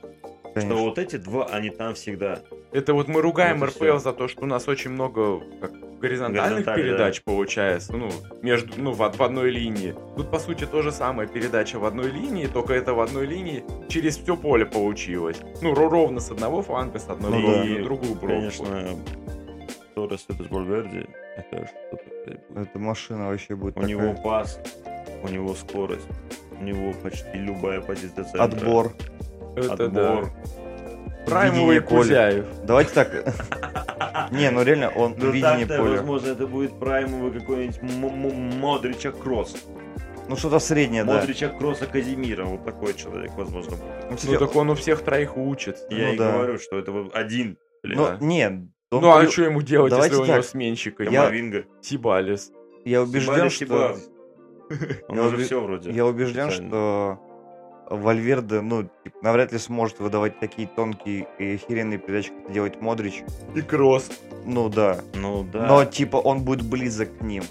Speaker 2: конечно.
Speaker 3: Что вот эти два, они там всегда.
Speaker 1: Это вот мы ругаем
Speaker 3: Вот и
Speaker 1: РПЛ
Speaker 3: всё.
Speaker 1: за то, что у нас очень много как, горизонтальных
Speaker 3: Горизонталь,
Speaker 1: передач получается, ну, между, ну, в, в одной линии. Тут, по сути, то же самое, передача в одной линии, только это в одной линии через все поле получилось. Ну, ру- ровно с одного фланга, с одной
Speaker 2: Ну
Speaker 1: линии
Speaker 2: да.
Speaker 1: на другую бровку.
Speaker 3: Конечно, Торрес это с Вальверде, это что-то, блядь, будет.
Speaker 2: Это машина вообще будет
Speaker 3: У
Speaker 2: такая.
Speaker 3: него пас, у него скорость, у него почти любая позиция центра.
Speaker 2: Отбор.
Speaker 1: Это да.
Speaker 3: отбор.
Speaker 1: Праймовый
Speaker 2: Видение поля.
Speaker 1: Кузяев.
Speaker 2: Давайте так. Не, ну реально, он
Speaker 3: Ну
Speaker 2: видение
Speaker 3: так-то,
Speaker 2: поля.
Speaker 3: возможно, это будет праймовый какой-нибудь М- М- Модрича Кросс.
Speaker 2: Ну что-то среднее, да.
Speaker 3: Модрича Кросса Казимира. Вот такой человек, возможно. будет.
Speaker 2: Ну,
Speaker 1: Ну,
Speaker 2: кстати,
Speaker 1: так он у всех троих учится.
Speaker 3: Я
Speaker 2: Ну
Speaker 3: и
Speaker 2: да.
Speaker 3: говорю, что это вот один. блин,
Speaker 2: Ну, нет. он
Speaker 1: ну, а
Speaker 2: при-
Speaker 1: что ему делать,
Speaker 2: Давайте
Speaker 1: если у него
Speaker 2: так.
Speaker 1: сменщика?
Speaker 2: Я-
Speaker 1: Я...
Speaker 3: Камовинга.
Speaker 1: Сибалис.
Speaker 2: Я убежден,
Speaker 3: Сибалис,
Speaker 2: что...
Speaker 3: Сибалис. Он
Speaker 2: Я
Speaker 3: уже
Speaker 2: убе-
Speaker 3: все вроде.
Speaker 2: Я убежден,
Speaker 3: Специально.
Speaker 2: что Вальверде, ну, типа, навряд ли сможет выдавать такие тонкие и охеренные передачи, как это делает Модрич.
Speaker 1: И Кросс.
Speaker 2: Ну да.
Speaker 3: Ну да.
Speaker 2: Но типа он будет близок к ним.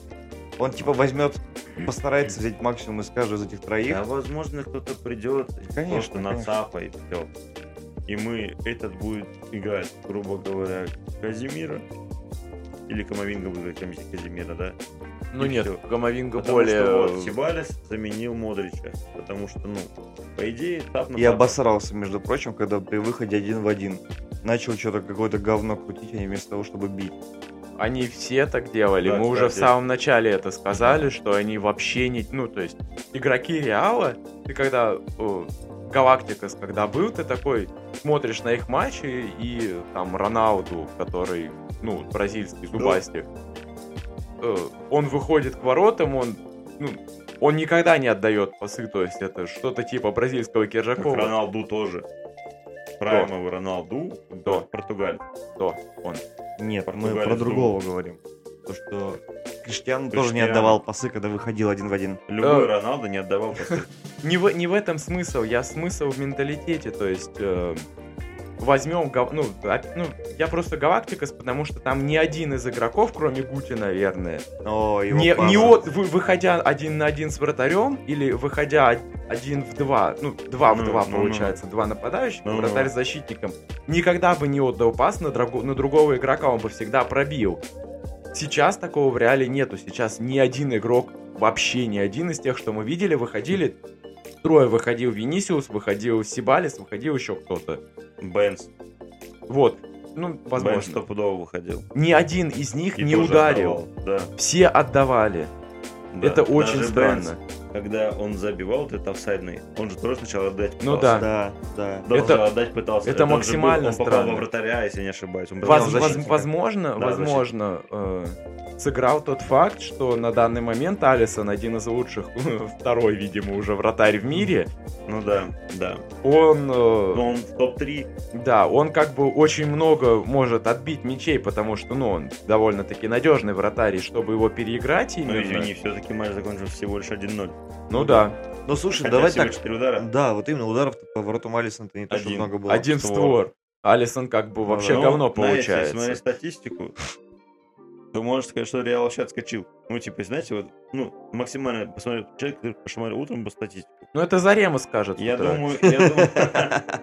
Speaker 2: Он типа возьмет, постарается взять максимум из каждого из этих троих.
Speaker 3: А возможно, кто-то придет и
Speaker 2: Конечно,
Speaker 3: просто
Speaker 2: конечно.
Speaker 3: нацапает всё. И мы этот будет играть, грубо говоря, Казимира. Или Камовинга будет играть вместе Казимира, да?
Speaker 1: Ну
Speaker 3: И
Speaker 1: нет,
Speaker 3: всё.
Speaker 1: Гамовинга
Speaker 3: Потому
Speaker 1: более...
Speaker 3: что вот Сибалис заменил Модрича. Потому что, ну, по идее, тап на
Speaker 2: Я
Speaker 3: тап.
Speaker 2: обосрался, между прочим, когда при выходе один в один начал что-то какое-то говно крутить, а не вместо того, чтобы бить.
Speaker 1: Они все так делали.
Speaker 3: Да,
Speaker 1: Мы уже в
Speaker 3: кстати.
Speaker 1: самом начале это сказали, что они вообще не... Ну, то есть, игроки Реала, ты когда... э, Галактикас, когда был, ты такой смотришь на их матчи и там Роналду, который, ну, бразильский зубастик, э, он выходит к воротам, он, ну, он никогда не отдает пасы, то есть это что-то типа бразильского
Speaker 3: Как
Speaker 1: Киржакова.
Speaker 3: Роналду тоже. Праймовый Роналду, э,
Speaker 1: Да.
Speaker 3: Португаль.
Speaker 2: Нет, мы
Speaker 3: Португалец
Speaker 2: про
Speaker 3: думал.
Speaker 2: другого говорим. То, что Криштиан тоже не
Speaker 3: Криштиану.
Speaker 2: отдавал пасы, когда выходил один в один.
Speaker 3: Любой
Speaker 1: Да.
Speaker 3: Роналду не отдавал пасы.
Speaker 1: Не в, не в этом смысл, я смысл в менталитете, то есть э, возьмем, Гав- ну, а- ну, я просто Галактикас, потому что там ни один из игроков, кроме Гути, наверное,
Speaker 2: О, его
Speaker 1: не,
Speaker 2: пара.
Speaker 1: не от, вы- выходя один на один с вратарем или выходя од- один в два, ну, два в
Speaker 3: Ну,
Speaker 1: два
Speaker 3: ну, ну.
Speaker 1: получается, два нападающих,
Speaker 3: Ну, ну.
Speaker 1: вратарь с защитником, никогда бы не отдал пас на, друго- на другого игрока, он бы всегда пробил. Сейчас такого в реале нету, сейчас ни один игрок, вообще ни один из тех, что мы видели, выходили, трое выходил Винисиус, выходил Сибалис, выходил еще кто-то.
Speaker 3: Бенс.
Speaker 1: Вот, ну,
Speaker 3: Бенс
Speaker 1: возможно.
Speaker 3: стопудово выходил.
Speaker 1: Ни один из них
Speaker 3: И
Speaker 1: не
Speaker 3: тоже
Speaker 1: ударил,
Speaker 3: отдавал. Да,
Speaker 1: все отдавали.
Speaker 3: да.
Speaker 1: Это очень
Speaker 3: Даже
Speaker 1: странно.
Speaker 3: Бенс, когда он забил вот этот офсайдный, он же тоже сначала отдать
Speaker 1: Ну да.
Speaker 3: пытался.
Speaker 2: Да, да.
Speaker 3: Даже
Speaker 1: Это-
Speaker 3: отдать пытался.
Speaker 1: это
Speaker 3: он же был-
Speaker 1: максимально
Speaker 3: он попал
Speaker 1: странно.
Speaker 3: во вратаря, если не ошибаюсь. Он
Speaker 1: Воз-
Speaker 3: попал в
Speaker 1: воз-
Speaker 3: защитника.
Speaker 1: возможно,
Speaker 3: Да,
Speaker 1: возможно, э, сыграл тот факт, что на данный момент Алисон один из лучших, второй, видимо, уже вратарь в мире.
Speaker 3: Ну да, да.
Speaker 1: Он, э,
Speaker 3: Но он в топ-3.
Speaker 1: да, он как бы очень много может отбить мячей, потому что, ну, он довольно-таки надежный вратарь, и чтобы его переиграть
Speaker 3: Ну
Speaker 1: именно.
Speaker 3: извини, все-таки матч закончился всего лишь 1-0.
Speaker 1: ну да,
Speaker 2: Ну слушай,
Speaker 3: Хотя
Speaker 2: давай
Speaker 3: всего
Speaker 2: так.
Speaker 3: 4 удара.
Speaker 2: Да, вот именно ударов по воротам Алисона-то не то, что
Speaker 3: Один.
Speaker 2: много было.
Speaker 1: один в створ. Алисон как бы вообще
Speaker 3: Ну,
Speaker 1: говно
Speaker 3: знаете, Если
Speaker 1: получается.
Speaker 3: смотреть статистику, то можно сказать, что Реал вообще отскочил. Ну, типа, знаете, вот, ну, максимально посмотрел человек, который посмотрел утром по статистике.
Speaker 1: Ну это Зарема скажет. с
Speaker 3: Я
Speaker 1: утра.
Speaker 3: думаю, я думаю,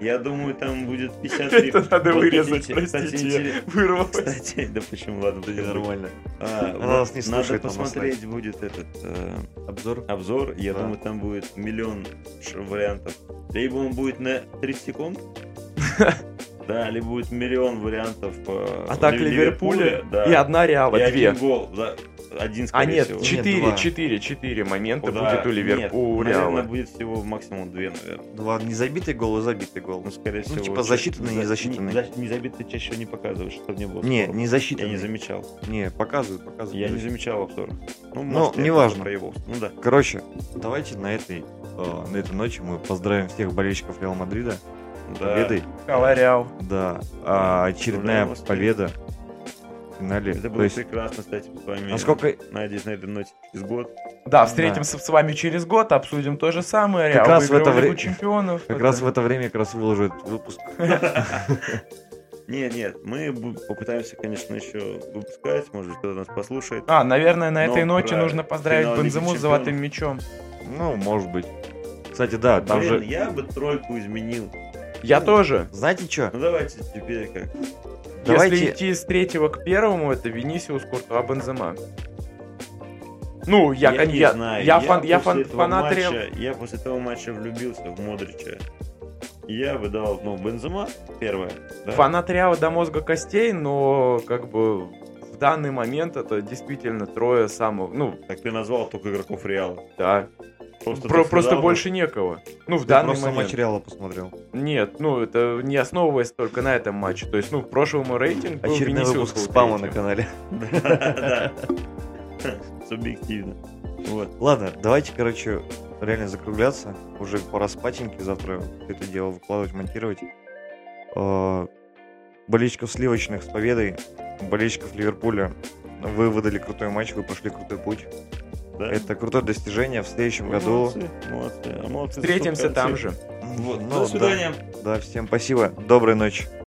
Speaker 3: я думаю, там будет 53.
Speaker 1: Это надо
Speaker 3: Вот
Speaker 1: вырезать,
Speaker 3: видите, кстати,
Speaker 1: простите,
Speaker 3: интерес-
Speaker 1: вырвалось.
Speaker 3: Кстати, да почему, ладно,
Speaker 2: Да не
Speaker 3: пойду.
Speaker 2: нормально.
Speaker 3: А,
Speaker 2: Она
Speaker 3: вот
Speaker 2: нас не
Speaker 3: Надо
Speaker 2: слушает, она
Speaker 3: посмотреть будет этот э,
Speaker 2: Обзор.
Speaker 3: обзор. Я
Speaker 2: Да.
Speaker 3: думаю, там будет миллион ш- вариантов. Либо он будет на 30 секунд. Да, либо будет миллион вариантов. э,
Speaker 2: А
Speaker 1: Атак
Speaker 3: Ли-
Speaker 1: Ливерпуля
Speaker 3: да.
Speaker 1: и одна
Speaker 3: И
Speaker 1: Реала, две.
Speaker 3: один гол. да, Один,
Speaker 1: А
Speaker 3: скорее всего.
Speaker 1: нет,
Speaker 2: Нет,
Speaker 1: 4,
Speaker 2: два.
Speaker 1: 4, 4 момента
Speaker 3: Да,
Speaker 1: будет у
Speaker 3: нет,
Speaker 1: Ливерпуля.
Speaker 3: Наверное, будет всего максимум две, наверное.
Speaker 2: Ну ладно, не забитый гол и забитый гол.
Speaker 3: Ну, скорее всего.
Speaker 2: типа,
Speaker 3: чуть-
Speaker 2: засчитанный,
Speaker 3: за-
Speaker 2: не засчитанный.
Speaker 3: Не, за- не забитый чаще всего не показываешь, чтобы не было.
Speaker 2: Не,
Speaker 3: споров.
Speaker 2: не
Speaker 3: Я
Speaker 2: защитный.
Speaker 3: не замечал.
Speaker 2: Не, показывают, показывают.
Speaker 3: Я не замечал обзора. Ну,
Speaker 2: неважно.
Speaker 3: Проебался. Ну да.
Speaker 2: Короче, давайте на этой, э, на этой ночи мы поздравим всех болельщиков Реал Мадрида с
Speaker 3: Да.
Speaker 2: победой.
Speaker 1: Реал.
Speaker 2: Да, а очередная
Speaker 3: Поздравляем вас.
Speaker 2: победа в финале.
Speaker 3: Это
Speaker 2: То
Speaker 3: было
Speaker 2: есть,
Speaker 3: прекрасно, кстати, с
Speaker 1: а
Speaker 3: вами.
Speaker 2: насколько
Speaker 3: Надеюсь, на этой ноте через год.
Speaker 1: Да, встретимся с вами через год, обсудим то же самое. Реал
Speaker 2: Как раз в
Speaker 1: выиграл
Speaker 2: это вре-
Speaker 1: Лигу чемпионов.
Speaker 2: как
Speaker 1: Это-
Speaker 2: раз в это время я как раз выложу этот выпуск.
Speaker 3: Нет, нет, мы бу- попытаемся, конечно, еще выпускать, может быть, кто-то нас послушает.
Speaker 1: А, наверное, на этой
Speaker 3: Но
Speaker 1: ноте
Speaker 3: про
Speaker 1: нужно поздравить
Speaker 3: финал Лиги
Speaker 1: Бензему с
Speaker 3: Чемпионов.
Speaker 1: золотым мячом.
Speaker 2: Ну, может быть. Кстати, да, там
Speaker 3: Блин,
Speaker 2: же...
Speaker 3: я бы тройку изменил.
Speaker 1: Я тоже.
Speaker 2: Знаете что?
Speaker 3: Ну давайте теперь как.
Speaker 2: Давайте-
Speaker 1: Если идти с третьего к первому, это Винисиус, Куртуа, Бензема. Ну, я,
Speaker 3: не
Speaker 1: кон- я,
Speaker 3: знаю.
Speaker 1: я фан, я
Speaker 3: после
Speaker 1: фан,
Speaker 3: этого
Speaker 1: фанат Реал-
Speaker 3: матча- Я после этого матча влюбился в Модрича. Я бы дал, ну, Бензема первое. да?
Speaker 1: Фанат Реала до мозга костей, но как бы в данный момент это действительно трое самых, ну,
Speaker 3: Как ты назвал только игроков Реала.
Speaker 1: да,
Speaker 3: Просто,
Speaker 1: Про-
Speaker 3: ты
Speaker 1: просто
Speaker 3: сказал,
Speaker 1: больше некого. Ну, в
Speaker 2: Я
Speaker 1: данный
Speaker 2: просто
Speaker 1: момент.
Speaker 2: матч Реала посмотрел.
Speaker 1: Нет, ну, это не основываясь только на этом матче. То есть, ну, к прошлому рейтинг был
Speaker 2: Очередной
Speaker 1: Винисиус
Speaker 2: выпуск
Speaker 1: был
Speaker 2: спама на
Speaker 1: третьим.
Speaker 2: канале.
Speaker 3: Да. Субъективно. Вот.
Speaker 2: Ладно, давайте, короче, реально закругляться. Уже пора спатеньки завтра всё это дело выкладывать, монтировать. Э, Болельщиков сливочных с победой, болельщиков Ливерпуля. Вы выдали крутой матч, вы пошли крутой путь.
Speaker 3: Да.
Speaker 2: Это крутое достижение в следующем
Speaker 3: Вы
Speaker 2: году.
Speaker 3: молодцы, молодцы, а молодцы, что в
Speaker 1: Встретимся
Speaker 3: конце.
Speaker 1: там же.
Speaker 3: Вот.
Speaker 2: Ну,
Speaker 3: До свидания.
Speaker 2: Да, да, всем спасибо. Доброй ночи.